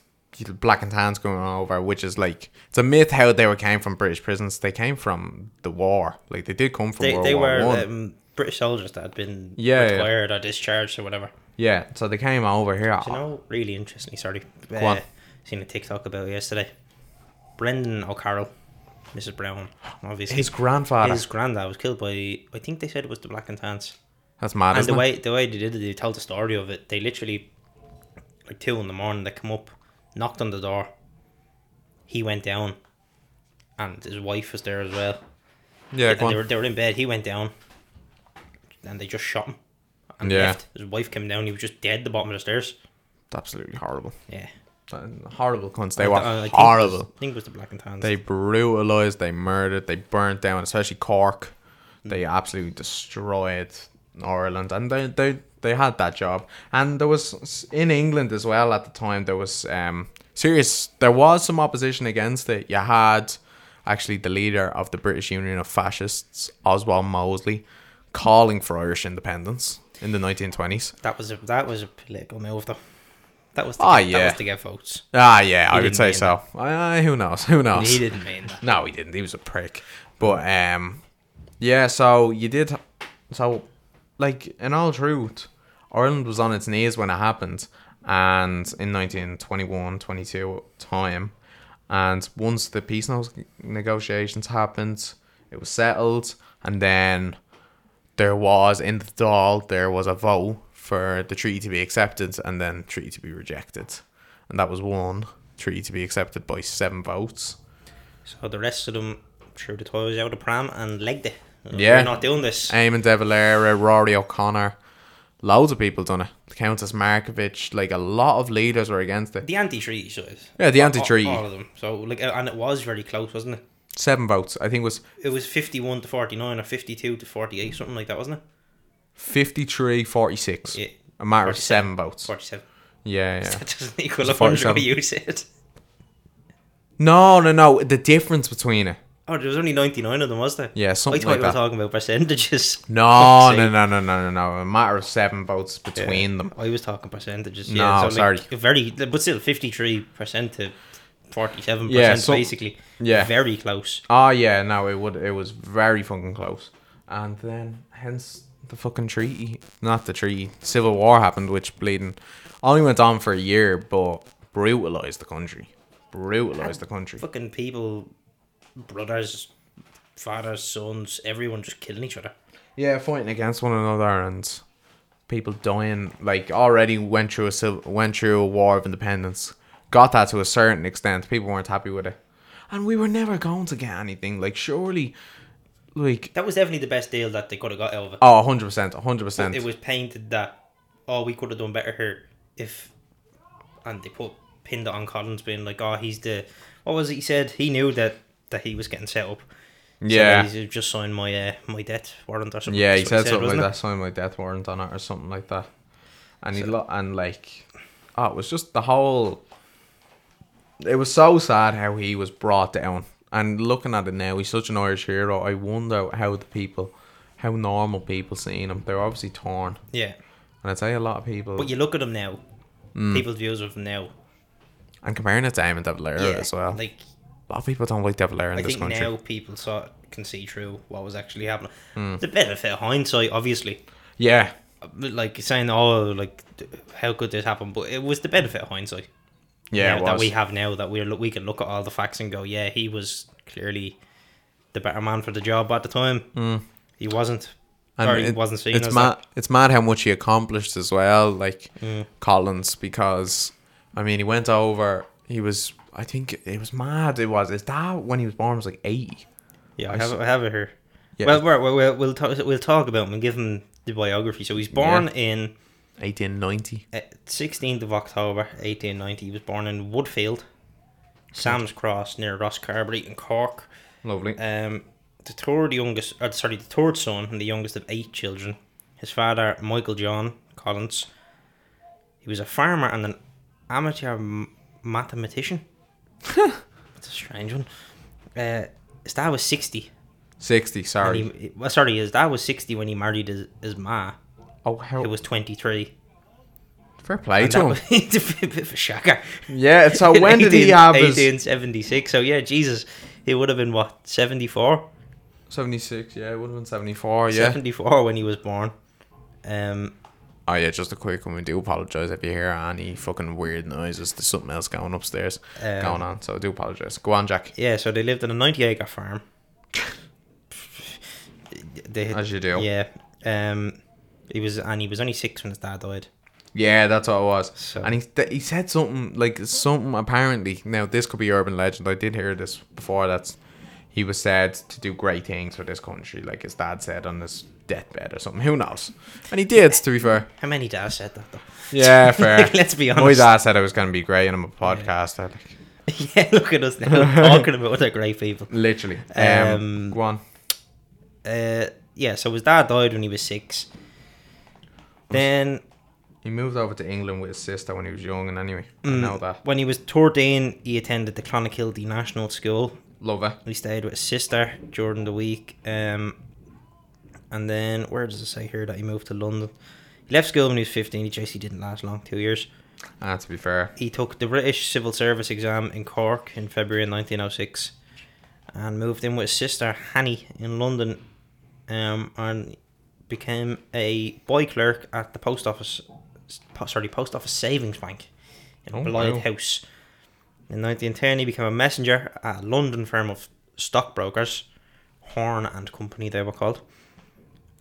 S2: black and tans going over, which is like it's a myth how they were came from British prisons. They came from the war. Like they did come from
S1: they,
S2: World
S1: they
S2: War
S1: were
S2: One.
S1: um, British soldiers that had been
S2: Yeah, yeah.
S1: retired or discharged or whatever.
S2: yeah, so they came over here.
S1: Do you know, really interestingly, sorry, uh,
S2: on.
S1: seen a TikTok about it yesterday. Brendan O'Carroll, Mrs. Brown, obviously
S2: His grandfather.
S1: his granddad was killed by I think they said it was the Black and Tans.
S2: That's mad.
S1: And
S2: Isn't
S1: the
S2: it?
S1: way the way they did it, they told the story of it. They literally, like two in the morning, they come up, knocked on the door. He went down, and his wife was there as well.
S2: yeah,
S1: And
S2: go
S1: they
S2: on.
S1: were they were in bed. He went down, and they just shot him. And
S2: Yeah.
S1: left. His wife came down. He was just dead at the bottom of the stairs.
S2: It's absolutely horrible.
S1: Yeah,
S2: And Horrible cunts. They
S1: I-
S2: were
S1: uh, I think it was-
S2: horrible.
S1: I think it was the Black and Tans.
S2: They brutalized, they murdered, they burnt down, especially Cork. They
S1: Mm.
S2: absolutely destroyed Ireland, and they they they had that job. And there was in England as well at the time. There was um serious. There was some opposition against it. You had actually the leader of the British Union of Fascists, Oswald Mosley, calling for Irish independence in the 1920s.
S1: that was a that was a political move though. That was to
S2: Ah,
S1: get, that
S2: yeah.
S1: was to get votes.
S2: Ah, yeah, I
S1: didn't
S2: would say
S1: mean
S2: so. Uh, who knows? Who knows?
S1: He didn't mean that.
S2: No, he didn't. He was a prick. But um, yeah. So you did. So, like in all truth, Ireland was on its knees when it happened, and in 1921, 22 time, and once the peace no- negotiations happened, it was settled, and then there was in the Dáil there was a vote for the treaty to be accepted and then treaty to be rejected, and that was one treaty to be accepted by seven votes.
S1: So the rest of them threw the toys out of the pram and legged it.
S2: Yeah.
S1: We're not doing this.
S2: Eamon De Valera, Rory O'Connor, loads of people done it. The Countess Markovic, like a lot of leaders were against it.
S1: the anti-treaty side.
S2: Yeah, the
S1: All-
S2: anti-treaty,
S1: All of them. So like, uh, and it was very close, wasn't it?
S2: seven votes. I think it was
S1: It was fifty-one to forty-nine or fifty-two to forty-eight, something like that, wasn't it?
S2: 53, 46.
S1: Yeah.
S2: A matter of seven votes.
S1: Forty-seven.
S2: Yeah, yeah.
S1: That doesn't equal a
S2: it 47?
S1: hundred. what You said.
S2: No, no, no. The difference between it.
S1: Oh, there was only ninety-nine of them, was there?
S2: Yeah, something
S1: I thought
S2: like
S1: you were
S2: that.
S1: talking about percentages.
S2: No,
S1: Fuck's
S2: no,
S1: sake.
S2: no, no, no, no, no. A matter of seven votes between them.
S1: I was talking percentages.
S2: No,
S1: Yeah, so
S2: sorry.
S1: Like, very, but still, fifty-three percent to forty-seven percent,
S2: Yeah, so-
S1: basically.
S2: yeah.
S1: Very close.
S2: Oh yeah, no, it would. It was very fucking close, and then hence the fucking treaty, not the treaty. Civil war happened, which bleeding only went on for a year, but brutalized the country, brutalized the country.
S1: fucking people, brothers, fathers, sons, everyone just killing each other.
S2: Yeah, fighting against one another and people dying. Like already went through a civil, went through a war of independence. Got that to a certain extent. People weren't happy with it, and we were never going to get anything. Like surely, like
S1: That was definitely the best deal that they could have got out of it.
S2: oh, 100 percent, hundred percent.
S1: It was painted that, oh, we could have done better here if, and they put pinned it on Collins being like, oh, he's the, what was it he said? He knew that that he was getting set up. So
S2: Yeah.
S1: he said, just signed my uh, my debt warrant or something.
S2: Yeah, he
S1: That's what
S2: said something like
S1: wasn't
S2: that, something like death warrant on it or something like that. And he lo- and like, oh, it was just the whole. It was so sad how he was brought down And looking at it now, he's such an Irish hero. I wonder how the people, how normal people seeing him. They're obviously torn.
S1: Yeah.
S2: And I'd say a lot of people.
S1: But you look at him now,
S2: Mm.
S1: people's views of him now.
S2: and comparing it to Eamon De Valera as well.
S1: Like,
S2: a lot of people don't like De Valera in
S1: I
S2: this
S1: think
S2: country.
S1: now people saw, can see through what was actually happening.
S2: Mm.
S1: The benefit of hindsight, obviously.
S2: Yeah.
S1: Like, saying, oh, like, th- how could this happen? But it was the benefit of hindsight.
S2: Yeah,
S1: now
S2: it
S1: that
S2: was.
S1: we have now that we we can look at all the facts and go, yeah, he was clearly the better man for the job at the time. He wasn't,
S2: Mm. And
S1: or he
S2: it-
S1: wasn't seen
S2: it's
S1: as
S2: mad,
S1: that.
S2: It's mad how much he accomplished as well, like Collins, because I mean he went over. He was, I think it was mad. It was. Is that when he was born? Was like eighty.
S1: Yeah, I
S2: I
S1: have,
S2: s-
S1: it- I have it here.
S2: Yeah.
S1: Well, we're, we're, we'll we'll talk, we'll talk about him and give him the biography. So he's born in
S2: Eighteen ninety.
S1: uh, 16th of October 1890. He was born in Woodfield, Sam's Cross near Ross Carberry in Cork.
S2: Lovely.
S1: Um, the third youngest, or sorry, the third son and the youngest of eight children. His father, Michael John Collins, he was a farmer and an amateur m- mathematician. That's a strange one. Uh, his dad was sixty.
S2: Sixty.
S1: And
S2: Sorry.
S1: he, well, sorry, his dad was sixty when he married his, his ma.
S2: oh, how
S1: It was twenty three.
S2: fair play
S1: That
S2: to him.
S1: was it's a bit of a shocker.
S2: Yeah. So when did he have his
S1: Eighteen seventy six. So yeah, Jesus, he would have been what seventy four.
S2: seventy six? Yeah, it would have been seventy four. Yeah.
S1: 74 when he was born. Um,
S2: Oh yeah, just a quick one. We do apologize if you hear any fucking weird noises. There's something else going upstairs,
S1: Um,
S2: going on. So I do apologize. Go on, Jack.
S1: yeah, so they lived on a 90 acre farm. they had,
S2: As you do.
S1: Yeah. Um, he was and he was only six when his dad died.
S2: Yeah, that's what it was.
S1: So-
S2: And he th- he said something like something apparently. Now this could be urban legend. I did hear this before. That's he was said to do great things for this country, like his dad said on his deathbed or something. Who knows? And he did. To be fair,
S1: How many dads said that though?
S2: yeah, fair.
S1: Let's be
S2: My
S1: honest.
S2: dad said I was going to be great, and I'm a podcast. I like,
S1: yeah, look at us now talking about other great people.
S2: literally. Um,
S1: Um,
S2: go on.
S1: Uh, yeah, so his dad died when he was six. Then
S2: He moved over to England with his sister when he was young, and anyway,
S1: Mm.
S2: I know that.
S1: when he was 13, he attended the Clonakilty National School
S2: Love it.
S1: We stayed with his sister during the week. Um, and then where does it say here that he moved to London? He left school when he was fifteen. He JC didn't last long, two years.
S2: Ah, to be fair,
S1: He took the British Civil Service exam in Cork in February 1906, and moved in with his sister Hanny in London, um, and became a boy clerk at the post office. po- Sorry, post office savings bank in
S2: Oh,
S1: Blythe
S2: wow.
S1: House. In 1910, he became a messenger at a London firm of stockbrokers, Horn and Company, they were called.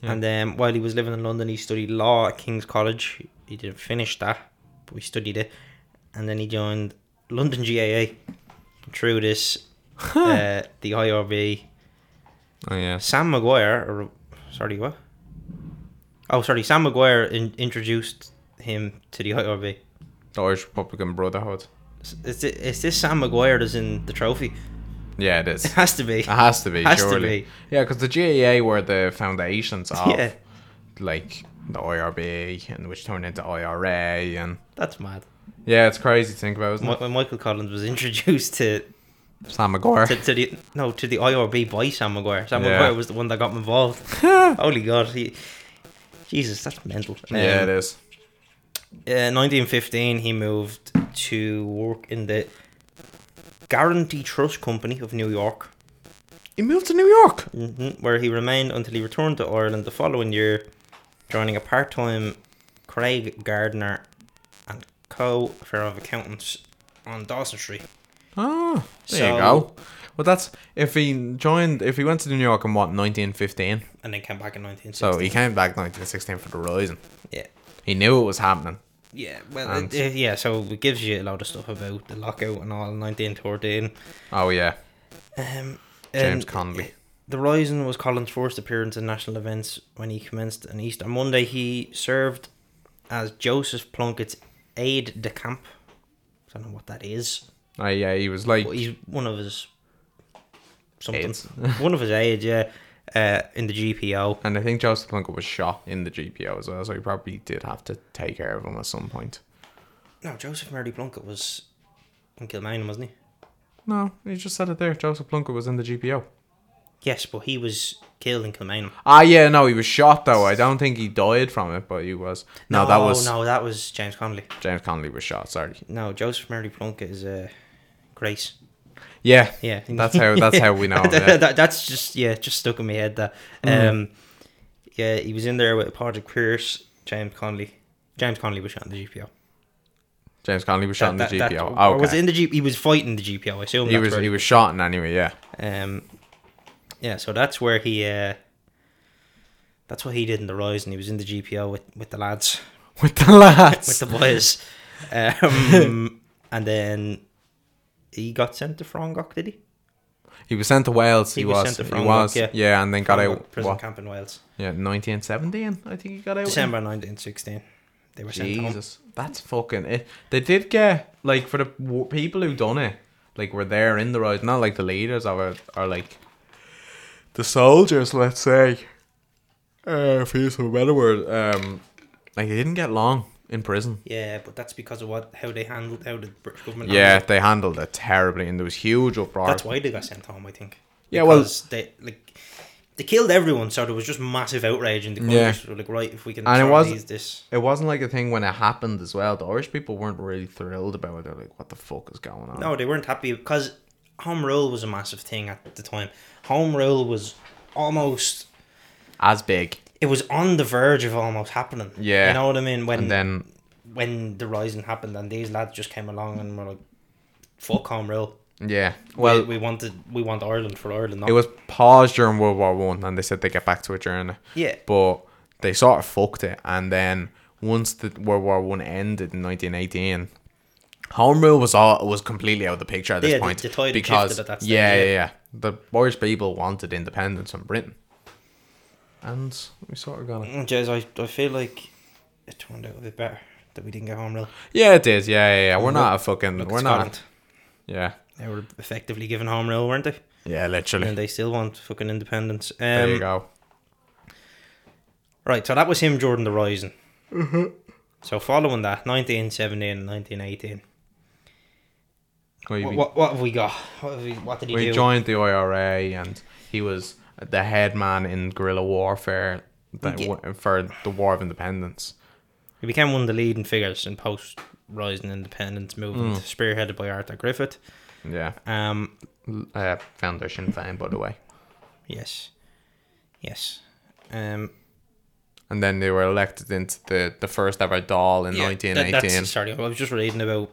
S1: And then while he was living in London, he studied law at King's College. He didn't finish that, but he studied it. And then he joined London GAA through this, uh, the IRB.
S2: oh yeah,
S1: Sam Maguire, or sorry, what? Oh, sorry, Sam Maguire in, introduced him to the IRB.
S2: the Irish Republican Brotherhood.
S1: S- Is this, is this Sam Maguire that's in the trophy?
S2: Yeah, it is.
S1: It has to be.
S2: It has to be,
S1: Has to
S2: surely.
S1: be.
S2: Yeah, because the GAA were the foundations of,
S1: Yeah,
S2: like, the IRB, and which turned into IRA, and
S1: that's mad.
S2: yeah, it's crazy to think about, isn't
S1: Mi-
S2: it?
S1: When Michael Collins was introduced to
S2: Sam
S1: to,
S2: McGuire.
S1: to the no to the IRB by Sam Maguire. Sam
S2: Yeah.
S1: Maguire was the one that got him involved. Holy God, he, Jesus, that's mental. Um,
S2: yeah, it is.
S1: uh, 1915, he moved to work in the Guarantee Trust Company of New York,
S2: He moved to New York.
S1: hmm where he remained until he returned to Ireland the following year, joining a part-time Craig Gardner and Co. firm of accountants on Dawson Street.
S2: Oh, there
S1: So-
S2: you go. Well, that's if he joined, if he went to New York in what 1915,
S1: And then came back in 1960.
S2: so he came back 1916 for the Rising.
S1: yeah.
S2: He knew it was happening.
S1: Yeah, well,
S2: And-
S1: it- it- uh, yeah. So it gives you a lot of stuff about the lockout and all in 1913.
S2: Oh yeah,
S1: Um,
S2: James
S1: and
S2: Connolly.
S1: The Rising was Collins' first appearance in national events when he commenced an Easter Monday. He served as Joseph Plunkett's aide de camp. I don't know what that is,
S2: Oh yeah, he was like
S1: but he's one of his something.
S2: Aides.
S1: one of his aides, yeah, uh, in the GPO.
S2: And I think Joseph Plunkett was shot in the GPO as well, so he probably did have to take care of him at some point.
S1: No, Joseph Murray Plunkett was in Kilmainham, wasn't he?
S2: No, you just said it there. Joseph Plunkett was in the GPO.
S1: Yes, but he was killed in Kilmainham.
S2: Ah, yeah, no, he was shot though. I don't think he died from it, but he was. No, that was
S1: no, that was James Connolly.
S2: James Connolly was shot. Sorry.
S1: No, Joseph Murray Plunkett is uh, Grace.
S2: Yeah,
S1: Yeah,
S2: That's how. That's how we know. him, yeah. Mm.
S1: that, that's just yeah, just stuck in my head. That um, yeah, he was in there with Patrick Pierce, James Connolly. James Connolly was shot in the GPO.
S2: James Connolly was shot
S1: That-
S2: in the
S1: that-
S2: GPO.
S1: that-
S2: oh,
S1: or was it in the G- He was fighting the GPO. I assume
S2: he was. He was shot in anyway. Yeah.
S1: Um, yeah, so that's where he. Uh, that's what he did in the rise, and he was in the GPO with, with the lads,
S2: With the lads.
S1: with the boys, um, and then he got sent to Frongok, did he?
S2: he was sent to Wales. He,
S1: He was
S2: was.
S1: sent to
S2: he
S1: Fromlock,
S2: was.
S1: yeah.
S2: Yeah. and then got
S1: Frongok
S2: out.
S1: prison
S2: What?
S1: camp in Wales,
S2: Yeah, 1917. I think he got out. in.
S1: December nineteen sixteen. They were sent home.
S2: Jesus, that's fucking it. They did get like for the w- people who done it, like were there in the rise, not like the leaders of it, or like the soldiers, let's say. Uh, for use of a better word, um, like they didn't get long in prison.
S1: Yeah, but that's because of what how they handled how the British government.
S2: Yeah,
S1: handled
S2: they handled it terribly, and there was huge
S1: it.
S2: uproar.
S1: that's why they got sent home. I think.
S2: Yeah, well-
S1: Because they like they killed everyone, so there was just massive outrage in the country.
S2: Yeah.
S1: So like, right, if we can
S2: And it
S1: sort
S2: was-
S1: these- this.
S2: it wasn't like a thing when it happened as well. The Irish people weren't really thrilled about it. They're like, "What the fuck is going on?"
S1: No, they weren't happy because home rule was a massive thing at the time. Home rule was almost
S2: As big,
S1: it was on the verge of almost happening.
S2: Yeah.
S1: you know what I mean. When
S2: and then
S1: when the rising happened, and these lads just came along and were like, "Fuck home rule."
S2: yeah, well,
S1: Well, we, we wanted we want Ireland for Ireland. Not,
S2: it was paused during World War One, and they said they get back to it during it.
S1: Yeah.
S2: but they sort of fucked it, and then once the World War One ended in 1918, home rule was all was completely out of the picture at this
S1: Yeah, the-
S2: point
S1: the tide had
S2: because
S1: shifted at that stage,
S2: yeah,
S1: yeah.
S2: yeah, yeah, the Irish people wanted independence from Britain, and we sort of got it.
S1: Mm, Jez, I, I feel like it turned out a bit better that we didn't get home rule.
S2: Yeah, it is. Yeah, yeah, yeah. We're not a fucking.
S1: Mm-hmm. Look at
S2: we're
S1: Scotland.
S2: not. Yeah.
S1: They were effectively given home rule, weren't they?
S2: Yeah, literally.
S1: And they still want fucking independence. Um,
S2: there you go.
S1: Right, so that was him, Jordan the Rising. Mm-hmm. So following that, 1917 and 1918.
S2: What do you
S1: What,
S2: mean?
S1: what, what have we got? What, have we, what did he
S2: Well, he
S1: do?
S2: joined the IRA and he was the head man in guerrilla warfare that
S1: Yeah.
S2: wa- for the War of Independence.
S1: He became one of the leading figures in post rising independence movement, spearheaded by Arthur Griffith.
S2: Yeah.
S1: Um,
S2: L- Uh, Foundation fame, by the way.
S1: yes. Yes. Um,
S2: And then they were elected into the, the first ever doll in
S1: Yeah, that-
S2: 1918.
S1: that's, sorry, I was just reading about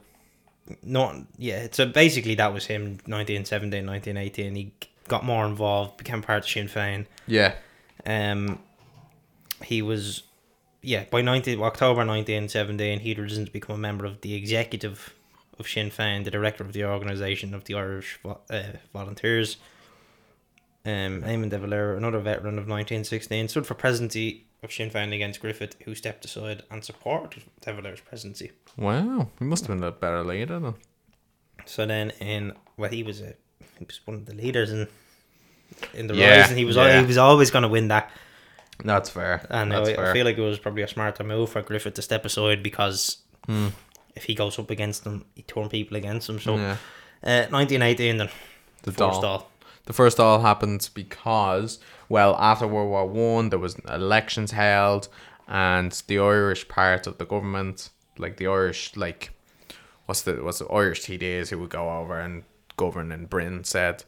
S1: not yeah. So basically, that was him. 1917, 1918. He got more involved, became part of Sinn Féin.
S2: yeah.
S1: Um, he was yeah by 19 October 1917. He'd risen to become a member of the executive of Sinn Féin, the director of the organisation of the Irish vo- uh, Volunteers. Um, Eamon de Valera, another veteran of 1916, stood for presidency of Sinn Féin against Griffith, who stepped aside and supported de Valera's presidency.
S2: Wow. He must have been a better leader then.
S1: So then, in well, he was a he was one of the leaders in in the
S2: Yeah,
S1: rise, and he was al
S2: yeah.
S1: he was always going to win that.
S2: That's fair.
S1: And
S2: that's
S1: I, I
S2: fair.
S1: feel like it was probably a smarter move for Griffith to step aside because
S2: Hmm.
S1: if he goes up against them, he turn people against him. So,
S2: Yeah.
S1: uh, 1918 then
S2: The
S1: first
S2: doll.
S1: all.
S2: The first all happened because, well, after World War One, there was elections held, and the Irish part of the government, like the Irish, like what's the what's the Irish TDs who would go over and govern in Britain, said,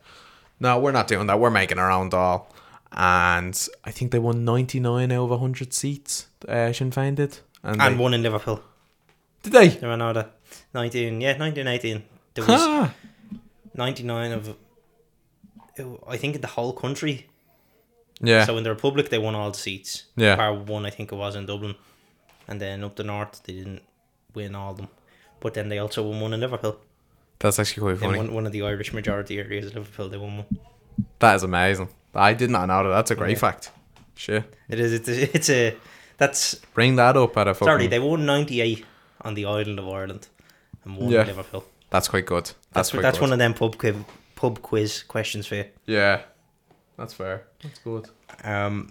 S2: "No, we're not doing that. We're making our own doll." And I think they won ninety nine out of hundred seats. Uh, Sinn Féin did, and,
S1: and
S2: they,
S1: one in Liverpool.
S2: did they?
S1: There were another 19 yeah 1918. There was
S2: Ah,
S1: 99 of oh, I think in the whole country.
S2: yeah,
S1: So in the Republic they won all the seats.
S2: Yeah.
S1: Bar one I think it was in Dublin, and then up the north they didn't win all of them, but then they also won one in Liverpool.
S2: that's actually quite
S1: In
S2: funny.
S1: one, one of the Irish majority areas of Liverpool, they won one.
S2: That is amazing. I did not know that. That's a great fact. Sure.
S1: It is. It's a. It's a that's
S2: Bring that up at a fucking.
S1: sorry. They won ninety eight on the island of Ireland, and won
S2: Yeah.
S1: in Liverpool.
S2: That's quite good. That's
S1: That's
S2: quite
S1: that's
S2: good.
S1: one of them pub quiz pub quiz questions for you.
S2: Yeah, that's fair. That's good.
S1: Um,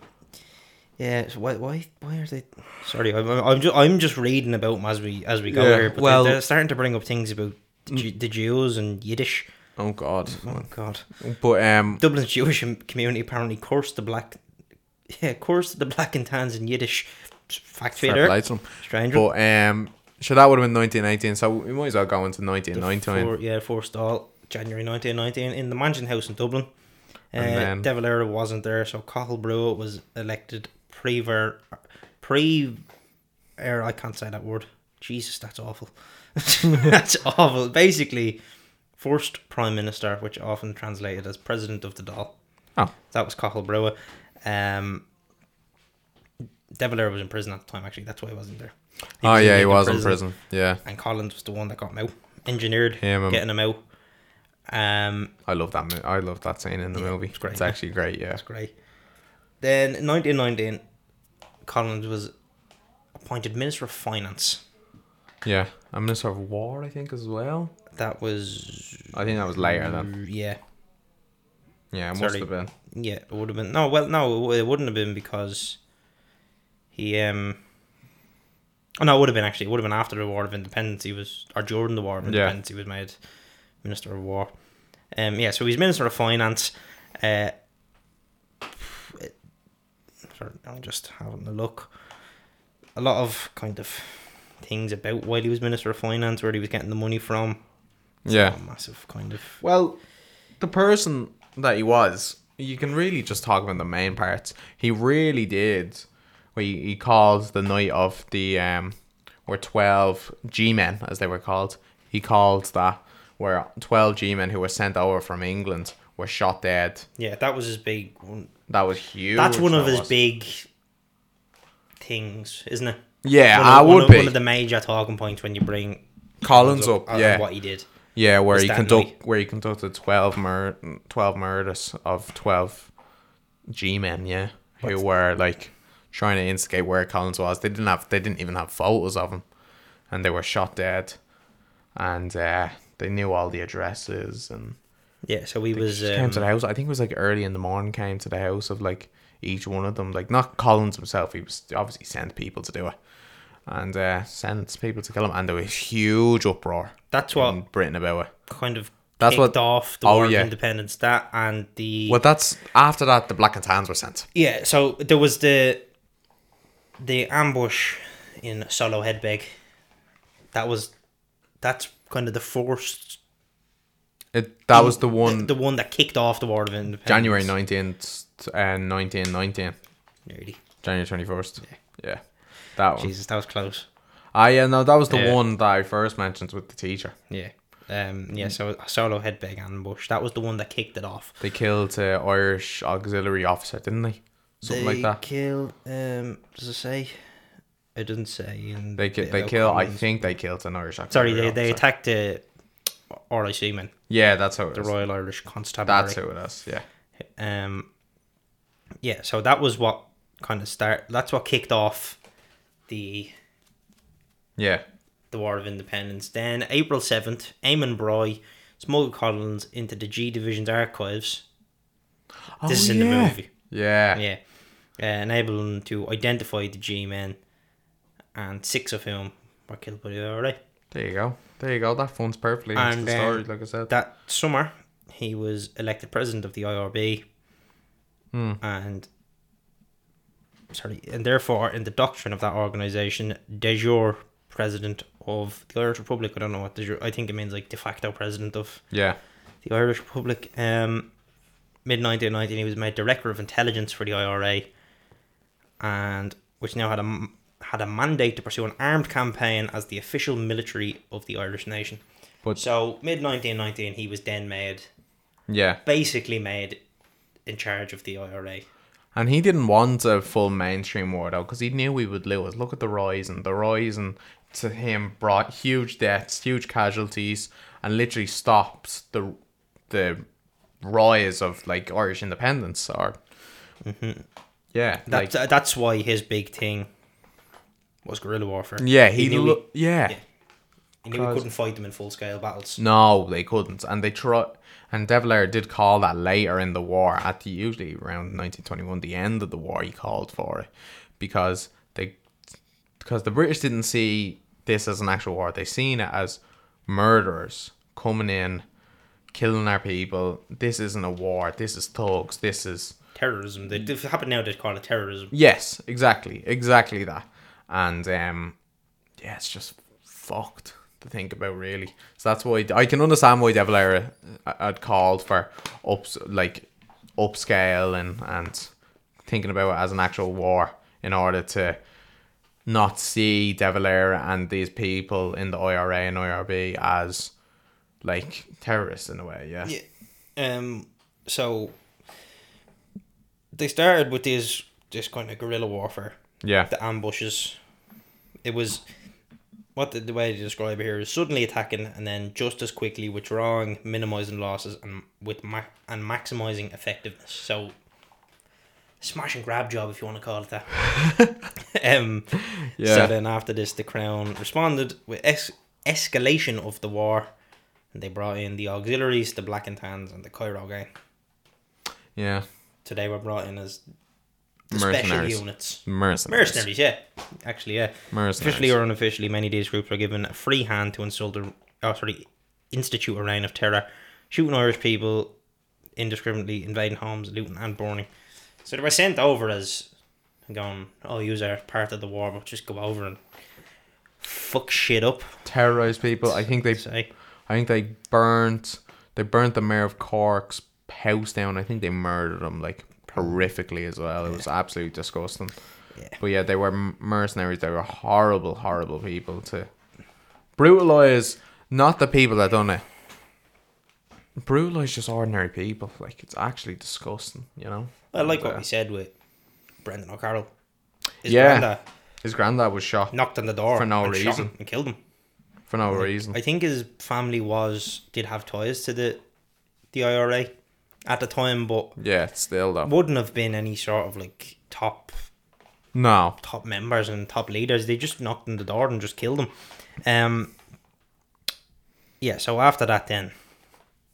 S1: yeah. So why why why are they? Sorry, I'm I'm just I'm just reading about them as we as we go
S2: Yeah,
S1: here. But
S2: well- Mm.
S1: they're, they're starting to bring up things about the, Ju- the Jews and Yiddish.
S2: Oh God.
S1: Oh God!
S2: But um,
S1: Dublin's Jewish im- community apparently cursed the black, yeah, cursed the black and tans in Yiddish. Fact
S2: fair
S1: fader,
S2: play to 'em.
S1: stranger.
S2: But um, so that would have been 1918. So we might as well go into 1919.
S1: Four, yeah, four stall, January 1919, in the Mansion House in Dublin. Uh,
S2: And then-
S1: De Valera wasn't there, so Cahill Brewer was elected prever, pre, er, I can't say that word. Jesus, that's awful. that's awful. Basically, first prime minister, which often translated as president of the doll.
S2: Oh.
S1: That was Cahill Brewer. Um, De Valera was in prison at the time, actually. That's why he wasn't there.
S2: Oh yeah, he
S1: Lincoln
S2: was in prison. Yeah,
S1: and Collins was the one that got him out, engineered
S2: Him and-
S1: getting him out. Um,
S2: I love that. Mo- I love that scene in the movie.
S1: it's great.
S2: It's actually great. Yeah.
S1: that's great. Then 1919, Collins was appointed Minister of Finance.
S2: Yeah. A minister of war, I think, as well.
S1: That was
S2: I think that was later then.
S1: yeah,
S2: Yeah, it must
S1: Sorry.
S2: have been.
S1: yeah. It would have been no, well, no, it wouldn't have been because he um. Oh no, it would have been actually. It would have been after the War of Independence. He was or during the War of
S2: Yeah.
S1: Independence. He was made Minister of War. Um, yeah, so he's Minister of Finance. Uh, sorry, I'm just having a look. A lot of kind of things about while he was Minister of Finance, where he was getting the money from.
S2: Yeah.
S1: A massive kind of
S2: Well, the person that he was, you can really just talk about the main parts. He really did. Well, he, he calls the night of the um, where twelve G men, as they were called. He called that where twelve G men who were sent over from England were shot dead.
S1: yeah. That was his big. one.
S2: That was huge.
S1: That's one of
S2: that
S1: his
S2: was.
S1: big things, isn't it?
S2: Yeah,
S1: one
S2: I
S1: of, one
S2: would
S1: of-
S2: be
S1: One of the major talking points when you bring
S2: Collins up.
S1: and
S2: yeah,
S1: what he did.
S2: Yeah, where
S1: Was
S2: he
S1: that
S2: conduct
S1: night.
S2: where he conducted 12, mur- 12 murders of twelve G men, yeah, who were like trying to instigate where Collins was. They didn't have they didn't even have photos of him, and they were shot dead, and uh, they knew all the addresses and
S1: Yeah, so he was.
S2: just came
S1: Um,
S2: to the house. I think it was like early in the morning. Came to the house of like each one of them. Like not Collins himself. He was obviously sent people to do it, and uh, sent people to kill him. And there was huge uproar
S1: that's
S2: in
S1: what
S2: Britain about it.
S1: kind of
S2: Mm. That's
S1: kicked
S2: what-
S1: off the
S2: oh,
S1: War
S2: yeah.
S1: of Independence. That and the
S2: Well, that's after that. The Black and Tans were sent.
S1: yeah. So there was the the ambush in Solo Headbeg. That was that's kind of the first
S2: It, that was the one
S1: the one that kicked off the War of Independence.
S2: January nineteenth, uh, nineteen nineteen,
S1: Nearly.
S2: January twenty first. Yeah. that one.
S1: Jesus, that was close.
S2: Ah, yeah, no, that was the
S1: Yeah.
S2: one that I first mentioned with the teacher.
S1: Yeah. Um,
S2: Mm.
S1: yeah, so a solo headbang ambush. That was the one that kicked it off.
S2: They killed uh, Irish auxiliary officer, didn't they? Something like that.
S1: Kill. Um, does it say? It doesn't say. In
S2: They ki-
S1: the
S2: they
S1: outcome.
S2: kill. I think they killed an Irish auxiliary.
S1: Sorry, they, they
S2: officer.
S1: attacked uh, the RIC men,
S2: Yeah, that's how it
S1: the
S2: is.
S1: Royal Irish Constabulary.
S2: That's who it is. Yeah.
S1: Um, yeah, so that was what kind of start. That's what kicked off the
S2: Yeah.
S1: the War of Independence. Then April seventh, Eamon Broy smuggled Collins into the G Division's archives.
S2: Oh,
S1: This is in the
S2: yeah.
S1: movie.
S2: Yeah.
S1: Yeah. Uh, enabling them to identify the G men, and six of whom were killed by the IRA.
S2: There you go. There you go. That phone's perfectly into
S1: And,
S2: the
S1: uh,
S2: story, like I said.
S1: That summer, he was elected president of the IRB. And. Sorry, and therefore, in the doctrine of that organization, de jure president of the Irish Republic. I don't know what de jure. I think it means like de facto president of
S2: yeah.
S1: the Irish Republic. Um, Mid 1919, he was made director of intelligence for the IRA, and which now had a m- had a mandate to pursue an armed campaign as the official military of the Irish nation.
S2: But-
S1: so mid 1919, he was then made
S2: Yeah.
S1: basically made in charge of the IRA.
S2: And he didn't want a full mainstream war though, because he knew we would lose. Look at the rise, and the rise, and to him brought huge deaths, huge casualties, and literally stops the the rise of like Irish independence. Or yeah, like
S1: That, that's why his big thing was guerrilla warfare.
S2: yeah, he,
S1: knew
S2: lo- yeah.
S1: he, he knew he couldn't fight them in full scale
S2: Mm.
S1: battles.
S2: No, they couldn't, and they try. And De Valera did call that later in the war, at the usually around 1921, the end of the war, he called for it, because they, because the British didn't see this as an actual war. They seen it as murderers coming in, killing our people. This isn't a war. This is thugs. This is
S1: Terrorism. They, if it happened now, they'd call it terrorism.
S2: yes, exactly, exactly that. And um, yeah, it's just fucked to think about, really. So that's why I can understand why De Valera uh, had called for ups like upscale and and thinking about it as an actual war in order to not see De Valera and these people in the IRA and IRB as like terrorists in a way, yeah.
S1: Yeah. Um. So they started with these this kind of guerrilla warfare,
S2: Yeah.
S1: the ambushes. It was what the, the way to describe it here is suddenly attacking and then just as quickly withdrawing, minimizing losses, and with ma- and maximizing effectiveness. So smash and grab job, if you want to call it that. um.
S2: Yeah.
S1: So then after this, the crown responded with es- escalation of the war, and they brought in the auxiliaries, the Black and Tans, and the Cairo gang.
S2: Yeah.
S1: Today were brought in as the special
S2: Mercenaries.
S1: units.
S2: Mercenaries.
S1: Mercenaries, yeah. Actually, yeah.
S2: Mercenaries.
S1: Officially or unofficially, many of these groups are given a free hand to insult a, oh, sorry, institute a reign of terror, shooting Irish people, indiscriminately invading homes, looting and burning. So they were sent over as going, oh, you are part of the war, but just go over and fuck shit up.
S2: terrorize people. I think they,
S1: Say,
S2: I think they burnt, they burnt the mayor of Cork's house down. I think they murdered him like horrifically as well. It was absolutely disgusting.
S1: Yeah.
S2: But yeah, they were m- mercenaries. They were horrible, horrible people to brutalize. Not the people that done it. Brutalize just ordinary people. Like it's actually disgusting. You know.
S1: well, like
S2: And,
S1: what
S2: uh,
S1: we said with Brendan O'Carroll. His
S2: Yeah.
S1: granddad
S2: His granddad was shot
S1: knocked on the door
S2: For no
S1: and shot
S2: reason.
S1: him and killed him.
S2: for no reason.
S1: I think his family was did have ties to the the IRA at the time, but
S2: yeah, still though.
S1: wouldn't have been any sort of like top
S2: No.
S1: top members and top leaders. They just knocked on the door and just killed them. Um, yeah. So after that, then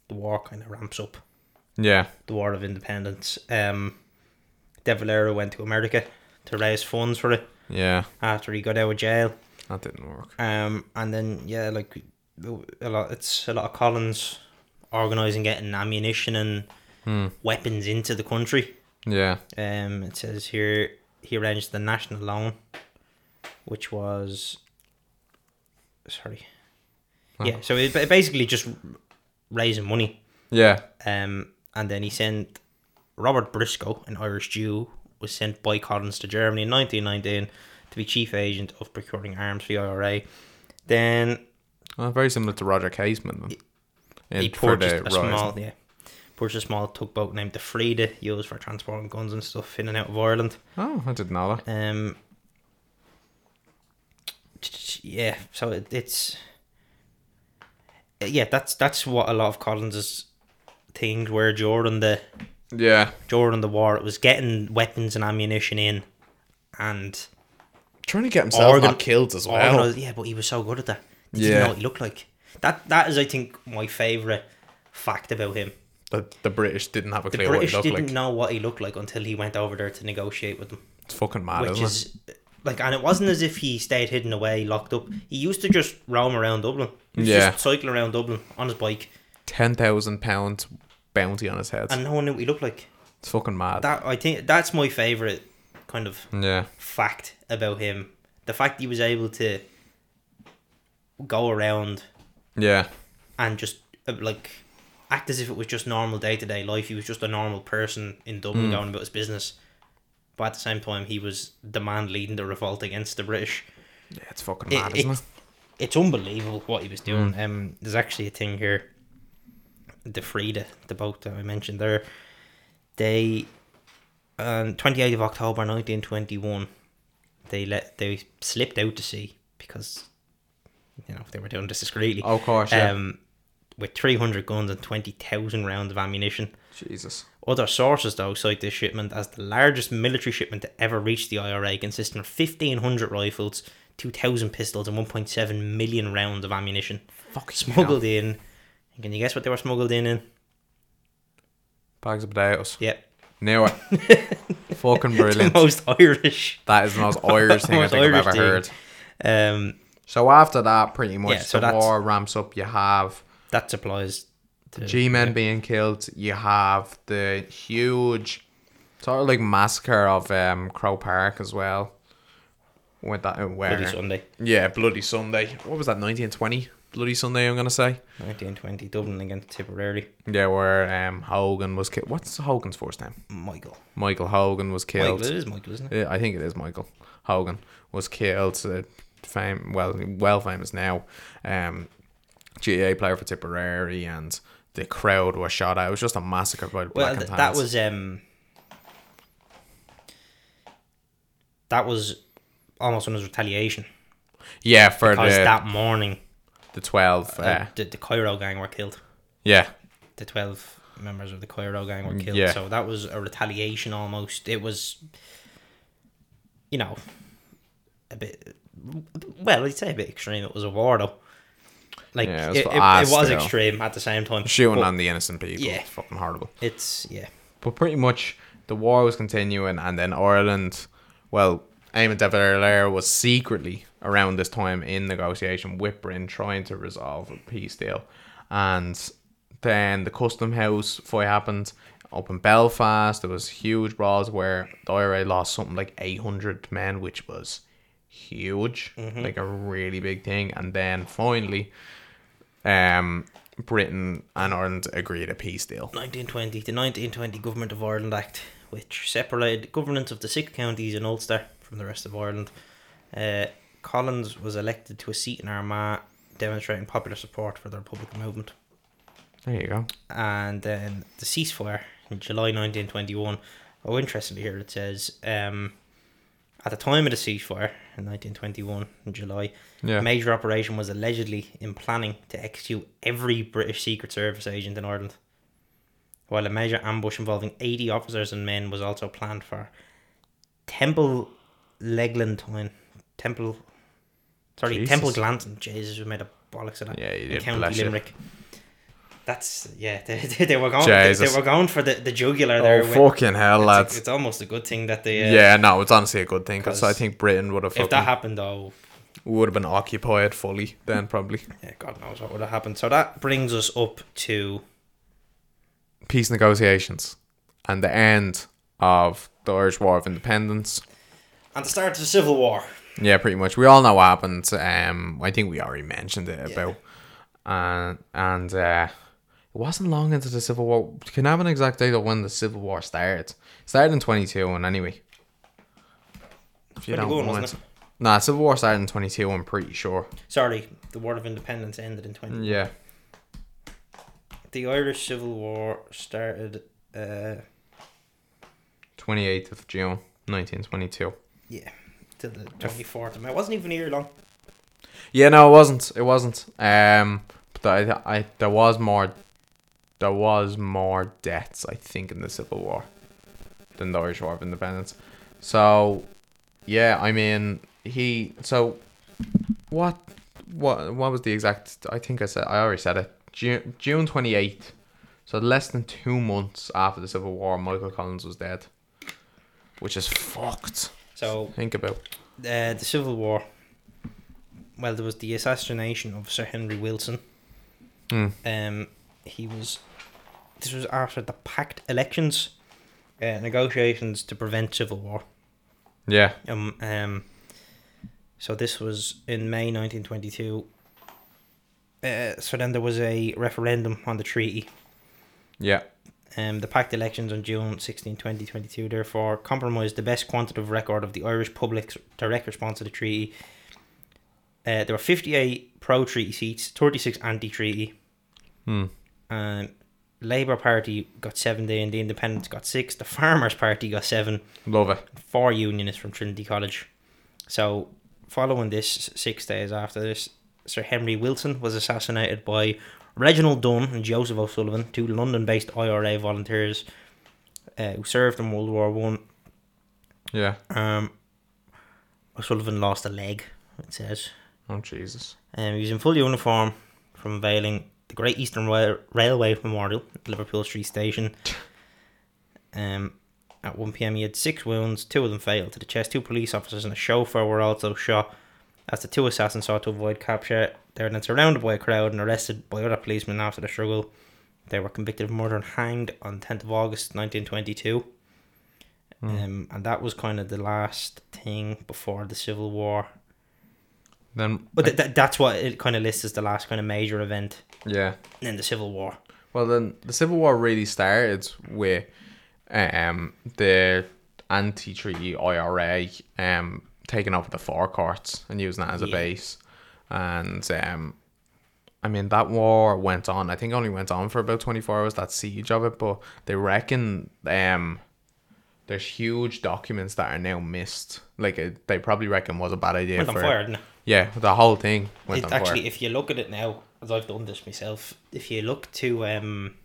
S1: the war kind of ramps up.
S2: Yeah.
S1: The War of Independence. Um, De Valera went to America to raise funds for it
S2: Yeah.
S1: after he got out of jail.
S2: That didn't work.
S1: Um, and then yeah, like a lot, it's a lot of Collins organizing getting ammunition and weapons into the country.
S2: Yeah.
S1: Um, it says here he arranged the national loan, which was sorry, yeah. So it, it basically just raising money.
S2: Yeah.
S1: Um, and then he sent Robert Briscoe, an Irish Jew, was sent by Collins to Germany in 1919 to be chief agent of procuring arms for the IRA. Then
S2: Well, very similar to Roger Caseman. Then. In-
S1: he
S2: for
S1: purchased
S2: the
S1: a
S2: Rising.
S1: small, yeah, purchased a small tugboat named the Frida, used for transporting guns and stuff in and out of Ireland.
S2: Oh, I didn't know that.
S1: Um, yeah, so it, it's yeah, that's that's what a lot of Collins's things were during the
S2: Yeah.
S1: during the war. It was getting weapons and ammunition in, and
S2: Trying to get himself
S1: Organ-
S2: not killed as well.
S1: organise- yeah, but he was so good at that. He didn't
S2: Yeah.
S1: know what he looked like. That that is, I think, my favorite fact about him.
S2: The, the British didn't have a
S1: The
S2: clue
S1: British
S2: what he
S1: didn't
S2: looked like.
S1: know what he looked like until he went over there to negotiate with them,
S2: It's fucking mad,
S1: which
S2: isn't it?
S1: is like, and it wasn't as if he stayed hidden away, locked up. He used to just roam around Dublin. He was
S2: Yeah.
S1: just cycling around Dublin on his bike,
S2: Ten thousand pound bounty on his head.
S1: and no one knew what he looked like.
S2: it's fucking mad.
S1: That I think that's my favorite kind of
S2: yeah.
S1: fact about him. The fact he was able to go around
S2: Yeah.
S1: and just uh, like act as if it was just normal day to day life. He was just a normal person in Dublin going about his business. But at the same time, he was the man leading the revolt against the British.
S2: Yeah, it's fucking
S1: It-
S2: mad,
S1: it-
S2: isn't it?
S1: It's unbelievable what he was doing. Um, there's actually a thing here. The Frida, the boat that I mentioned there, they, on 28th of October 1921, they let they slipped out to sea because, you know, they were doing this discreetly.
S2: Oh, of course, yeah.
S1: Um, with 300 guns and 20,000 rounds of ammunition.
S2: Jesus.
S1: Other sources, though, cite this shipment as the largest military shipment to ever reach the IRA, consisting of 1,500 rifles, 2,000 pistols, and 1.7 million rounds of ammunition
S2: Fucking smuggled
S1: smuggled in. And Can you guess what they were smuggled in? in?
S2: bags of potatoes.
S1: Yep.
S2: Knew it. fucking brilliant.
S1: The most Irish.
S2: That is the most Irish thing I
S1: most
S2: think I've
S1: Irish
S2: ever
S1: thing.
S2: heard.
S1: Um,
S2: So after that, pretty much
S1: Yeah, so
S2: the
S1: that's-
S2: war ramps up. You have
S1: that supplies to-
S2: G men being killed. You have the huge sort of like massacre of um, Crow Park as well. With that, uh, where
S1: Bloody Sunday,
S2: yeah, Bloody Sunday. What was that? Nineteen twenty. Bloody Sunday. I'm gonna say.
S1: 1920, Dublin against Tipperary.
S2: Yeah, where um, Hogan was killed. What's Hogan's first name?
S1: Michael.
S2: Michael Hogan was
S1: Michael,
S2: killed.
S1: it is Michael, isn't it?
S2: Yeah, I think it is Michael Hogan was killed. Uh, fame, well, well famous now. Um, GA player for Tipperary, and the crowd were shot at. It was just a massacre by the
S1: Well,
S2: Black
S1: th-
S2: and
S1: that was um, that was almost known as retaliation
S2: yeah for
S1: because
S2: the
S1: that morning
S2: the twelve.
S1: uh,
S2: Uh,
S1: the, the Cairo gang were killed.
S2: yeah,
S1: The twelve members of the Cairo gang were killed.
S2: Mm, Yeah.
S1: So that was a retaliation almost. It was, you know, a bit. Well, I'd say a bit extreme. It was a war though. Like
S2: Yeah, it was
S1: it, it,
S2: for
S1: it
S2: us,
S1: was
S2: though.
S1: extreme at the same time.
S2: shooting
S1: but
S2: on the innocent people.
S1: Yeah.
S2: fucking horrible.
S1: It's yeah.
S2: But pretty much the war was continuing, and then Ireland, well, Eamon de Valera was secretly around this time in negotiation with Britain trying to resolve a peace deal. And then the Custom House fight happened up in Belfast. There was huge brawls where the IRA lost something like 800 men, which was huge, like a really big thing. And then finally, um, Britain and Ireland agreed a peace deal.
S1: 1920, the 1920 Government of Ireland Act, which separated governance of the six counties in Ulster from the rest of Ireland. Uh, Collins was elected to a seat in Armagh, demonstrating popular support for the Republican movement.
S2: There you go.
S1: And then the ceasefire in July 1921. Oh, interestingly, here it says um, at the time of the ceasefire in 1921, in July,
S2: Yeah.
S1: a major operation was allegedly in planning to execute every British Secret Service agent in Ireland, while a major ambush involving 80 officers and men was also planned for Temple Leglantine. Temple. Sorry,
S2: Jesus.
S1: Temple Glanton. Jesus, we made a bollocks of that.
S2: Yeah, you
S1: in
S2: did,
S1: County
S2: bless you.
S1: Limerick. That's yeah. They, they, they were going. They,
S2: Jesus.
S1: they were going for the, the jugular
S2: Oh,
S1: there.
S2: fucking hell,
S1: it's,
S2: lads.
S1: it's almost a good thing that they. Uh,
S2: yeah, no, it's honestly a good thing because I
S1: 'Cause
S2: think Britain would have
S1: If
S2: fucking,
S1: that happened, though,
S2: would have been occupied fully then, probably.
S1: yeah, God knows what would have happened. So that brings us up to
S2: Peace negotiations and the end of the Irish War of Independence.
S1: and the start of the Civil War.
S2: Yeah, pretty much. We all know what happened. Um, I think we already mentioned it
S1: Yeah.
S2: about, and and uh, it wasn't long into the Civil War. Can I have an exact date of when the Civil War started? It started in twenty two, and anyway, if you
S1: 21,
S2: don't
S1: wasn't
S2: mind, nah, Civil War started in twenty two. I'm pretty sure.
S1: Sorry, the War of Independence ended in twenty.
S2: Yeah.
S1: The Irish Civil War started. Uh,
S2: 28th of June, 1922.
S1: yeah, till the twenty fourth. It wasn't even a year long.
S2: Yeah, no, it wasn't. It wasn't. Um, but I, I, there was more, there was more deaths, I think, in the Civil War than the Irish War of Independence. So, yeah, I mean, he. So, what, what, what was the exact? I think I said I already said it. June, June 28th. So less than two months after the Civil War, Michael Collins was dead, which is fucked.
S1: So
S2: Think about.
S1: uh, the Civil War. Well, there was the assassination of Sir Henry Wilson.
S2: Hmm.
S1: Um, he was. This was after the packed elections, uh, negotiations to prevent civil war.
S2: Yeah.
S1: Um, um, so this was in May 1922. Uh, so then there was a referendum on the treaty.
S2: Yeah.
S1: Um, the packed elections on June 16, 2022, therefore, compromised the best quantitative record of the Irish public's direct response to the treaty. Uh, there were 58 pro treaty seats, 36 anti treaty.
S2: Hmm.
S1: Um, Labour Party got 17, the Independents got 6, the Farmers Party got 7,
S2: Love it.
S1: four unionists from Trinity College. So, following this, six days after this, Sir Henry Wilson was assassinated by Reginald Dunn and Joseph O'Sullivan, two London-based IRA volunteers uh, who served in World War One.
S2: Yeah.
S1: Um, O'Sullivan lost a leg. It says
S2: Oh Jesus.
S1: um, he was in full uniform from veiling the Great Eastern Ra- Railway Memorial at Liverpool Street Station. Um, at 1pm, he had six wounds, two of them fatal to the chest. Two police officers and a chauffeur were also shot as the two assassins sought to avoid capture. They were then surrounded by a crowd and arrested by other policemen after the struggle. They were convicted of murder and hanged on 10th of August 1922. Um, and that was kind of the last thing before the Civil War.
S2: Then,
S1: But th- th- that's what it kind of lists as the last kind of major event
S2: yeah.
S1: in the Civil War.
S2: Well, then the Civil War really started with um, the anti-treaty IRA um, taking over the forecourts and using that as a
S1: Yeah.
S2: base. And um, I mean, that war went on. I think only went on for about 24 hours, that siege of it. But they reckon um, there's huge documents that are now missed. Like, it, they probably reckon was a bad idea
S1: Went on
S2: for...
S1: fire, didn't it?
S2: Yeah, the whole thing went
S1: It
S2: on
S1: actually,
S2: fire.
S1: if you look at it now, as I've done this myself, if you look to um,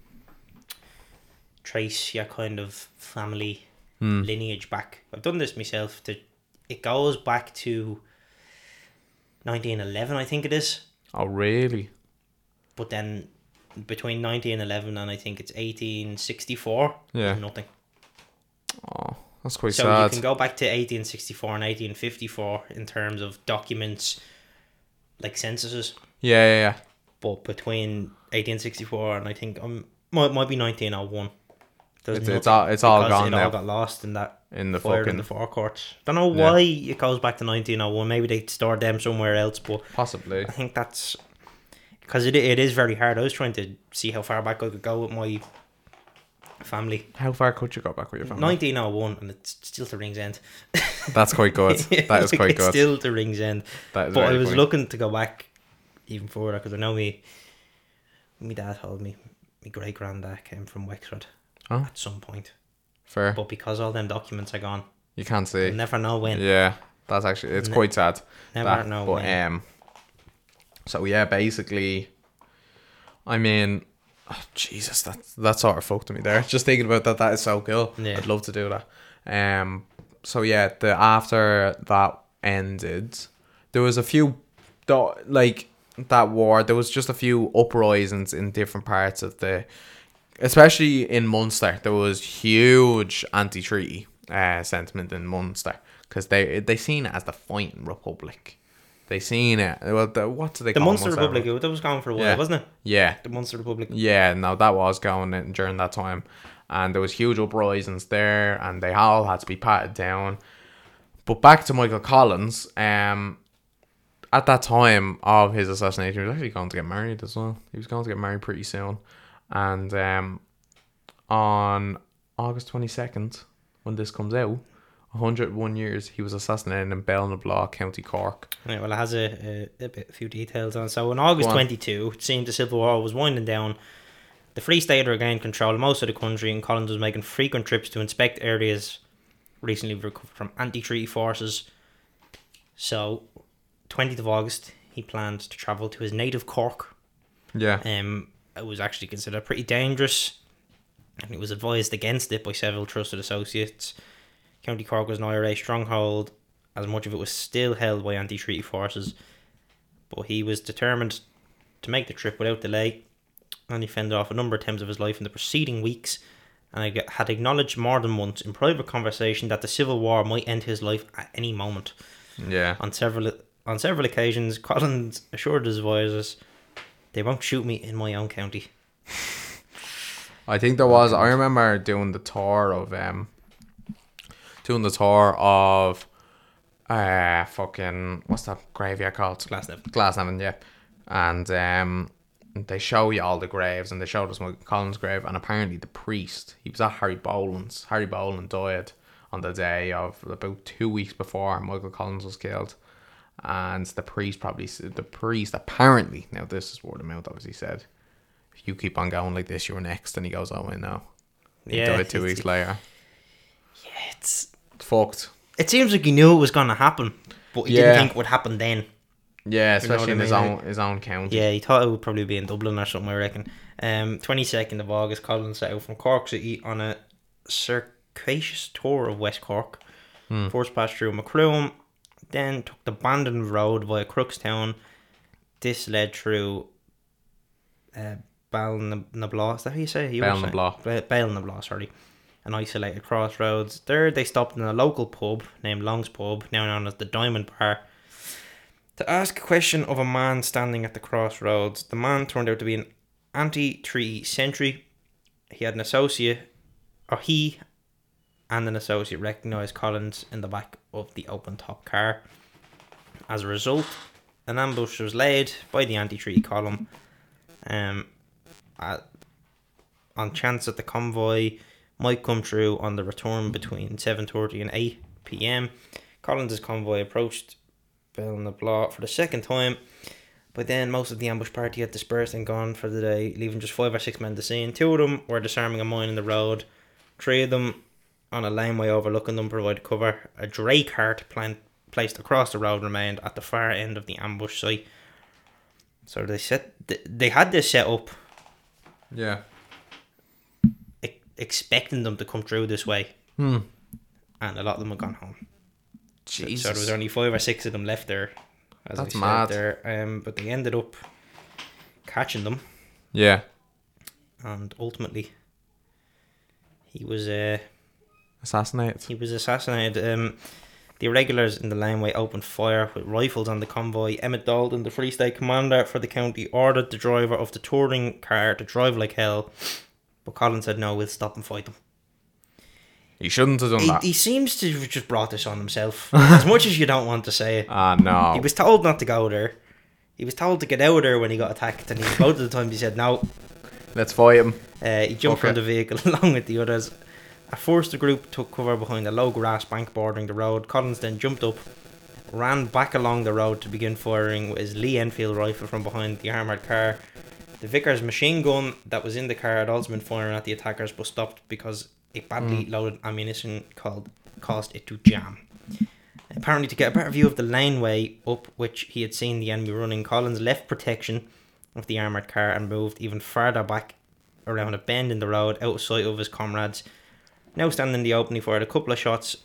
S1: trace your kind of family
S2: Hmm.
S1: lineage back, I've done this myself. To, it goes back to 1911, I think it is.
S2: Oh, really?
S1: But then between 1911 and I think it's 1864,
S2: Yeah.
S1: there's nothing.
S2: Oh, that's quite
S1: So
S2: sad.
S1: you can go back to 1864 and 1854 in terms of documents like censuses.
S2: Yeah, yeah, yeah.
S1: but between 1864 and I think um might might be 1901. There's
S2: It's- it's
S1: nothing
S2: all- it's all
S1: because
S2: gone
S1: It
S2: now.
S1: all got lost in that
S2: In the
S1: fire
S2: fucking-
S1: in the forecourts. Don't know why it goes back to 1901. Maybe they stored them somewhere else, but
S2: Possibly.
S1: I think that's because it it is very hard. I was trying to see how far back I could go with my family.
S2: How far could you go back with your family?
S1: 1901, and it's still to Rings End.
S2: That's quite good. That is
S1: Like,
S2: quite
S1: it's
S2: good.
S1: Still to Rings End.
S2: that is
S1: But I
S2: very
S1: was
S2: funny.
S1: looking to go back even further because I know me, my dad told me my great granddad came from Wexford
S2: Oh.
S1: at some point.
S2: Fair.
S1: But because all them documents are gone,
S2: You can't
S1: you
S2: see.
S1: never know when.
S2: Yeah, that's actually it's
S1: Ne-
S2: quite sad.
S1: never
S2: that,
S1: know
S2: But
S1: when.
S2: um, so yeah, basically, I mean, oh, Jesus, that that sort of fucked me there. Just thinking about that, that is so cool.
S1: Yeah.
S2: I'd love to do that. Um, so yeah, the after that ended, there was a few, do- like that war. There was just a few uprisings in different parts of the especially in Munster, there was huge anti-treaty uh, sentiment in Munster because they they seen it as the fighting republic. They seen it. Well, the, what do they
S1: The
S2: call
S1: Munster Republic, it- that was gone for a while,
S2: Yeah.
S1: wasn't it?
S2: Yeah,
S1: The Munster Republic.
S2: yeah. No, that was going in during that time, and there was huge uprisings there, and they all had to be patted down. But back to Michael Collins, um, at that time of his assassination, he was actually going to get married as well. He was going to get married pretty soon. And um, on August 22nd, when this comes out, 101 years, he was assassinated in Belnablaw, County Cork.
S1: Yeah, well, it has a, a, a bit, a few details on. it. So in August
S2: on.
S1: 22, it seemed the Civil War was winding down. The Free State regained control of most of the country, and Collins was making frequent trips to inspect areas recently recovered from anti-treaty forces. So, 20th of August, he planned to travel to his native Cork.
S2: Yeah.
S1: Um, it was actually considered pretty dangerous, and it was advised against it by several trusted associates. County Cork was an IRA stronghold, as much of it was still held by anti treaty forces, but he was determined to make the trip without delay, and he fended off a number of attempts of his life in the preceding weeks. And I g- had acknowledged more than once in private conversation that the Civil War might end his life at any moment.
S2: Yeah.
S1: On several on several occasions, Collins assured his advisors, "They won't shoot me in my own county."
S2: I think there was. I remember doing the tour of um, doing the tour of, uh, fucking what's that graveyard called?
S1: Glasnevin.
S2: Glasnevin, yeah. And um, they show you all the graves, and they showed us Michael Collins' grave, and apparently the priest he was at Harry Boland's. Harry Boland died on the day of about two weeks before Michael Collins was killed. And the priest probably, s- the priest apparently, now this is word of mouth, obviously said, if you keep on going like this, you're next. And he goes, oh, I know. He
S1: Yeah,
S2: died two
S1: it's-
S2: weeks later.
S1: It's
S2: Fucked.
S1: it seems like he knew it was going to happen, but he
S2: Yeah.
S1: didn't think it would happen then.
S2: Yeah,
S1: know what
S2: especially
S1: I
S2: in his
S1: mean?
S2: own his own county.
S1: Yeah, he thought it would probably be in Dublin or something. I reckon. Um, twenty second of August, Collins set out from Cork City on a circuitous tour of West Cork.
S2: Hmm.
S1: First passed through Macroom, then took the Bandon Road via Crookstown. This led through uh, Balnablaw. Is that how you say? it? You always say it.
S2: Balnablaw.
S1: Ba- Balnablaw, sorry. An isolated crossroads. There, they stopped in a local pub named Long's Pub, now known as the Diamond Bar. To ask a question of a man standing at the crossroads, the man turned out to be an anti tree sentry. He had an associate, or he and an associate recognised Collins in the back of the open top car. As a result, an ambush was laid by the anti tree column. Um, at, on chance that the convoy might come through on the return between 7.30 and 8 pm, Collins' convoy approached Belnabla for the second time. But then most of the ambush party had dispersed and gone for the day, leaving just five or six men to scene. Two of them were disarming a mine in the road. Three of them on a laneway overlooking them provided cover. A dray cart plant placed across the road remained at the far end of the ambush site. So they set th- they had this set up,
S2: Yeah.
S1: e- expecting them to come through this way,
S2: Hmm.
S1: and a lot of them had gone home.
S2: Jesus.
S1: So there was only five or six of them left there. As
S2: That's
S1: I said
S2: mad.
S1: There, um, but they ended up catching them.
S2: yeah.
S1: and ultimately he was uh,
S2: Assassinated.
S1: he was assassinated. Um, the irregulars in the laneway opened fire with rifles on the convoy. Emmett Dalton, the Free State commander for the county, ordered the driver of the touring car to drive like hell, but Collins said no, we'll stop and fight them.
S2: He shouldn't have done
S1: He,
S2: that.
S1: he seems to have just brought this on himself. as much as you don't want to say it,
S2: Ah, no.
S1: he was told not to go there. He was told to get out of there when he got attacked, and he, both of the times he said no.
S2: Let's fight him.
S1: Uh, he jumped
S2: Okay.
S1: from the vehicle along with the others. At first, the group took cover behind a low grass bank bordering the road. Collins then jumped up, ran back along the road to begin firing with his Lee Enfield rifle from behind the armoured car. The Vickers machine gun that was in the car had also been firing at the attackers but stopped because a badly loaded ammunition called, caused it to jam. Apparently, to get a better view of the laneway up which he had seen the enemy running, Collins left protection of the armoured car and moved even farther back around a bend in the road out of sight of his comrades. Now standing in the open, he fired a couple of shots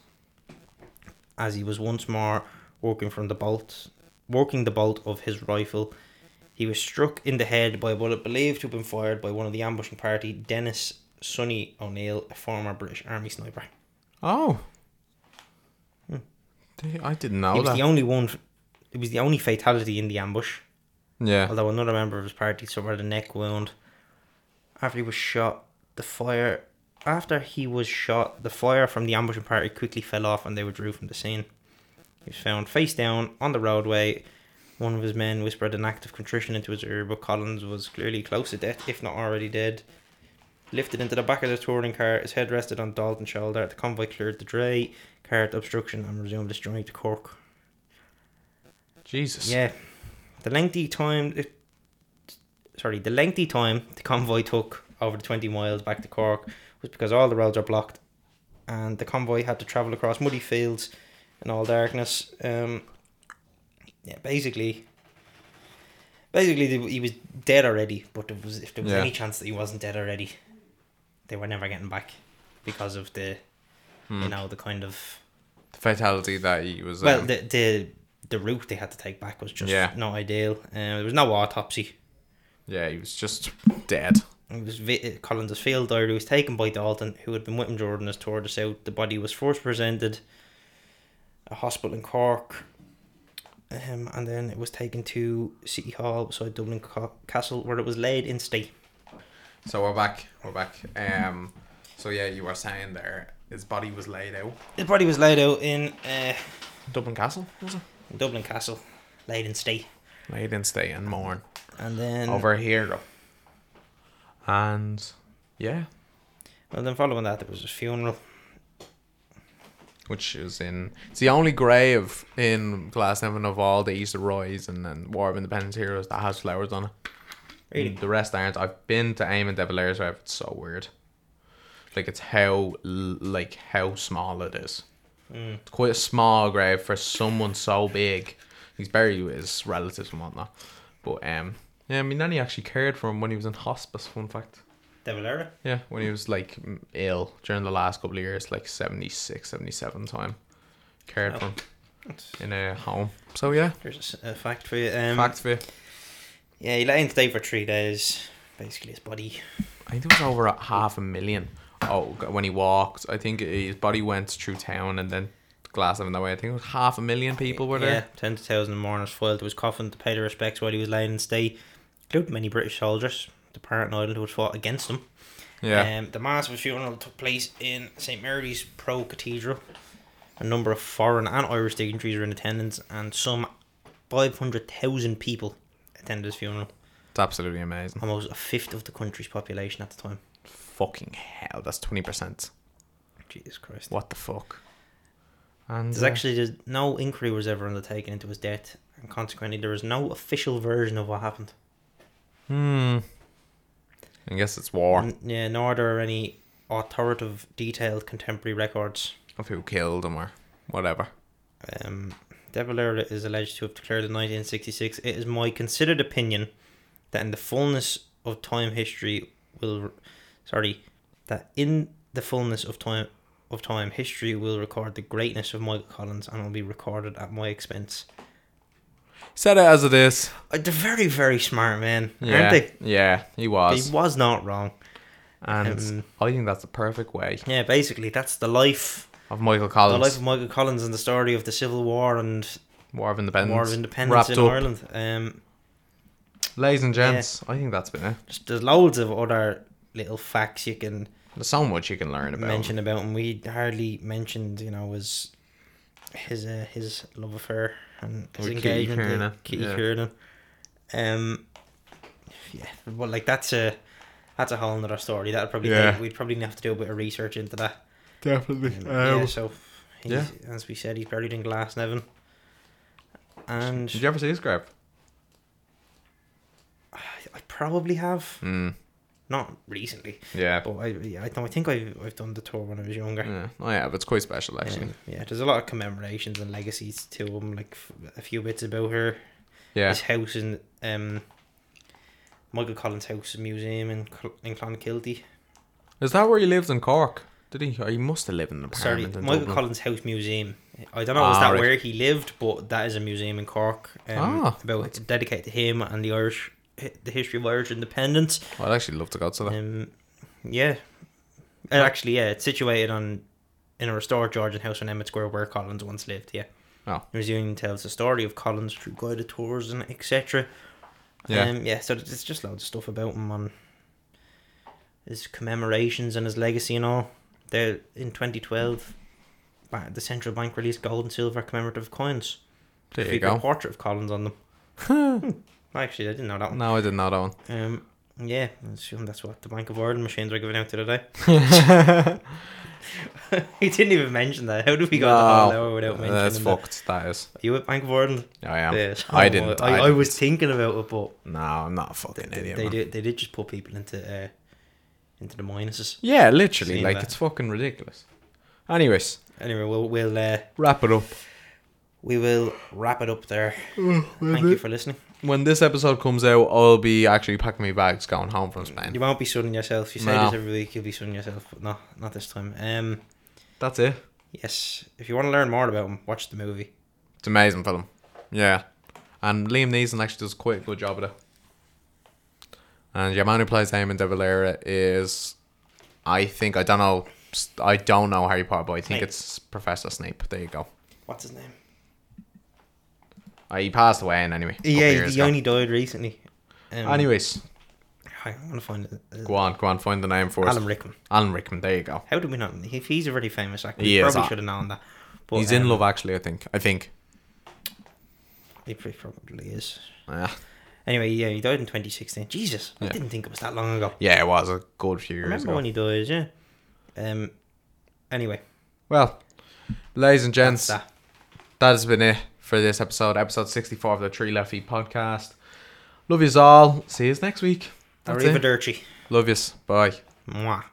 S1: as he was once more working from the bolt, working the bolt of his rifle. He was struck in the head by a bullet believed to have been fired by one of the ambushing party, Dennis Sonny O'Neill, a former British Army sniper.
S2: Oh. Hmm. They- I didn't know
S1: He was
S2: that.
S1: the only one. It was the only fatality in the ambush.
S2: yeah.
S1: although another member of his party suffered a neck wound. After he was shot, the fire. After he was shot, the fire from the ambushing party quickly fell off and they withdrew from the scene. He was found face down on the roadway. One of his men whispered an act of contrition into his ear, but Collins was clearly close to death, if not already dead. Lifted into the back of the touring car, his head rested on Dalton's shoulder. The convoy cleared the dray, carried obstruction, and resumed its journey to Cork.
S2: Jesus.
S1: Yeah, the lengthy time. It, sorry, the lengthy time the convoy took over the twenty miles back to Cork was because all the roads are blocked, and the convoy had to travel across muddy fields in all darkness. Um, yeah, basically. Basically, they- he was dead already. But there was, if there was
S2: Yeah.
S1: any chance that he wasn't dead already, they were never getting back because of the,
S2: Mm.
S1: you know, the kind of
S2: Hmm. The fatality that he was.
S1: well,
S2: um,
S1: the the the route they had to take back was just
S2: Yeah.
S1: not ideal. Um, there was no autopsy.
S2: yeah, he was just dead.
S1: It was Vi- uh, Collins' field diary was taken by Dalton, who had been with him during his tour to south. The body was first presented a hospital in Cork, um, and then it was taken to City Hall beside Dublin Ca- Castle, where it was laid in state.
S2: So we're back. We're back. Um. So yeah, you were saying there, his body was laid out.
S1: His body was laid out in uh,
S2: Dublin Castle, was it?
S1: Dublin Castle, laid in state,
S2: Laid in stay and mourn
S1: and then
S2: over here, though. And yeah,
S1: well, then following that there was his funeral.
S2: which is in it's the only grave in Glasnevin of all the Easter Roy's and, and War of Independence heroes that has flowers on it.
S1: Really,
S2: The rest aren't. I've been to Eamon De Valera's grave. It's so weird. Like it's how l- like how small it is. It's quite a small grave for someone so big. He's buried with his relatives and whatnot. But um, yeah, I mean, Nanny actually cared for him when he was in hospice. Fun fact.
S1: De Valera.
S2: Yeah, when he was like m- ill during the last couple of years, like 76, 77 time, cared for him in a home. So yeah,
S1: There's a s- a, fact for you. Um,
S2: fact for you.
S1: Yeah, he lay in state for three days. Basically, his body.
S2: I think it was over a half a million. Oh, g- when he walked, I think his body went through town and then glass of that way. I think it was half a million people were
S1: Yeah,
S2: there.
S1: tens of thousands of mourners filed to his coffin to pay their respects while he was laying in state, including many British soldiers. the parent island who had fought against them.
S2: Yeah.
S1: Um, the massive funeral took place in St Mary's Pro Cathedral. A number of foreign and Irish dignitaries were in attendance, and some 500,000 people attended his funeral,
S2: it's absolutely amazing.
S1: almost a fifth of the country's population at the time.
S2: Fucking hell, that's 20%.
S1: Jesus Christ.
S2: What the fuck? And
S1: There's
S2: uh,
S1: actually there's no inquiry was ever undertaken into his death, and consequently, there is no official version of what happened.
S2: Hmm. I guess it's war
S1: N- yeah, nor are there any authoritative, detailed contemporary records.
S2: of who killed him or whatever.
S1: Um, De Valera is alleged to have declared in 1966, it is my considered opinion that in the fullness of time history will, re- sorry, that in the fullness of time of time history will record the greatness of Michael Collins and will be recorded at my expense.
S2: Said it as it is.
S1: Uh, They're very very smart man,
S2: Yeah.
S1: aren't
S2: Yeah, he
S1: they?
S2: was.
S1: He was not wrong.
S2: and
S1: um,
S2: I think that's the perfect way
S1: Yeah, basically that's the life,
S2: of
S1: the
S2: Michael
S1: life
S2: Collins.
S1: of Michael Collins and the story of the Civil War and
S2: War of Independence.
S1: War of Independence
S2: Wrapped
S1: in
S2: up.
S1: Ireland. Um,
S2: Ladies and gents, I think that's been it.
S1: just there's loads of other little facts you can
S2: There's so much you can learn about.
S1: mention about him. We hardly mentioned, you know, was his uh, his love affair and his
S2: With Kitty
S1: engagement
S2: Kiernan,
S1: with Kitty
S2: yeah.
S1: Kiernan. Um, yeah, well, like that's a that's a whole nother story. That probably
S2: Yeah.
S1: we'd probably have to do a bit of research into that.
S2: Definitely.
S1: Um, yeah, so he's, as we said, he's buried in Glasnevin. And
S2: Did you ever see his grave?
S1: I probably have
S2: Mm,
S1: not recently,
S2: yeah.
S1: but I yeah, I, know, I think I've I've done the tour when I was younger.
S2: yeah. Oh, yeah, but it's quite special, actually.
S1: Um, yeah, there's a lot of commemorations and legacies to him. Like f- a few bits about her,
S2: Yeah.
S1: his house in um, Michael Collins' house museum in Cl- in Clonakilty.
S2: Is that where he lived in Cork? Did he? Oh, he must have lived in an
S1: Sorry,
S2: apartment in
S1: Michael
S2: Dublin.
S1: Collins' house museum. I don't know is
S2: Ah,
S1: that
S2: right.
S1: where he lived, but that is a museum in Cork. Um,
S2: Ah.
S1: about it's dedicated to him and the Irish, hi- the history of Irish independence.
S2: I'd actually love to go to that.
S1: Um, yeah, And actually, yeah, it's situated on in a restored Georgian house on Emmett Square where Collins once lived. Yeah.
S2: Oh.
S1: Museum tells the story of Collins through guided tours and etc.
S2: Yeah.
S1: Um, yeah, so it's just loads of stuff about him on his commemorations and his legacy and all. There in 2012, ba- the central bank released gold and silver commemorative coins.
S2: There you
S1: feature a
S2: go.
S1: portrait of Collins on them. Hmm. Actually, I didn't know that one.
S2: No, I did not own.
S1: Um, yeah, I assume that's what the Bank of Ireland machines are giving out to today. he didn't even mention that. How do we go the whole hour without mentioning
S2: That's
S1: that?
S2: fucked. That is.
S1: Are you at Bank of Ireland?
S2: I am.
S1: Yeah. Oh,
S2: I didn't.
S1: I,
S2: I,
S1: I was thinking about it, but
S2: No, I'm not a fucking
S1: they,
S2: idiot.
S1: they
S2: man.
S1: did. They did just put people into uh, into the minuses.
S2: Yeah, literally.
S1: Seen
S2: Like,
S1: that.
S2: it's fucking ridiculous. Anyways,
S1: Anyway, we'll we'll uh,
S2: wrap it up.
S1: we will wrap it up there. Thank you for listening.
S2: When this episode comes out, I'll be actually packing my bags going home from Spain.
S1: You won't be sunning yourself. You say
S2: No.
S1: this every week. You'll be sunning yourself, but no, not this time. Um,
S2: That's it.
S1: yes. If you want to learn more about him, watch the movie.
S2: It's an amazing film. Yeah. And Liam Neeson actually does quite a good job of it. And your man who plays Damon De Valera is, I think, I don't know, I don't know Harry Potter, but I think
S1: Snape.
S2: it's Professor Snape. There you go.
S1: What's his name?
S2: Uh, he passed away, and anyway. a couple of
S1: Yeah,
S2: years
S1: he
S2: ago.
S1: only died recently. Um,
S2: Anyways,
S1: hang on, I'm gonna find it. Uh,
S2: go on, go on, find the name for us.
S1: Alan Rickman.
S2: Alan Rickman. There you go.
S1: How did we not? If he's a really famous actor,
S2: He
S1: we
S2: is,
S1: probably
S2: uh,
S1: should have known that. But
S2: He's in
S1: um,
S2: love, actually. I think. I think.
S1: He pre- probably is.
S2: Yeah.
S1: Anyway, yeah, he died in 2016. Jesus, I
S2: Yeah.
S1: didn't think it was that long ago.
S2: Yeah, it was a good few years
S1: remember
S2: ago.
S1: when he died? Yeah. Um. Anyway,
S2: Well, ladies and
S1: that's
S2: gents,
S1: that.
S2: that has been it for this episode, episode 64 of the Tree Lefty podcast. Love yous all. See yous next week. That's it.
S1: Arrivederci.
S2: Love yous. Bye.
S1: Mwah.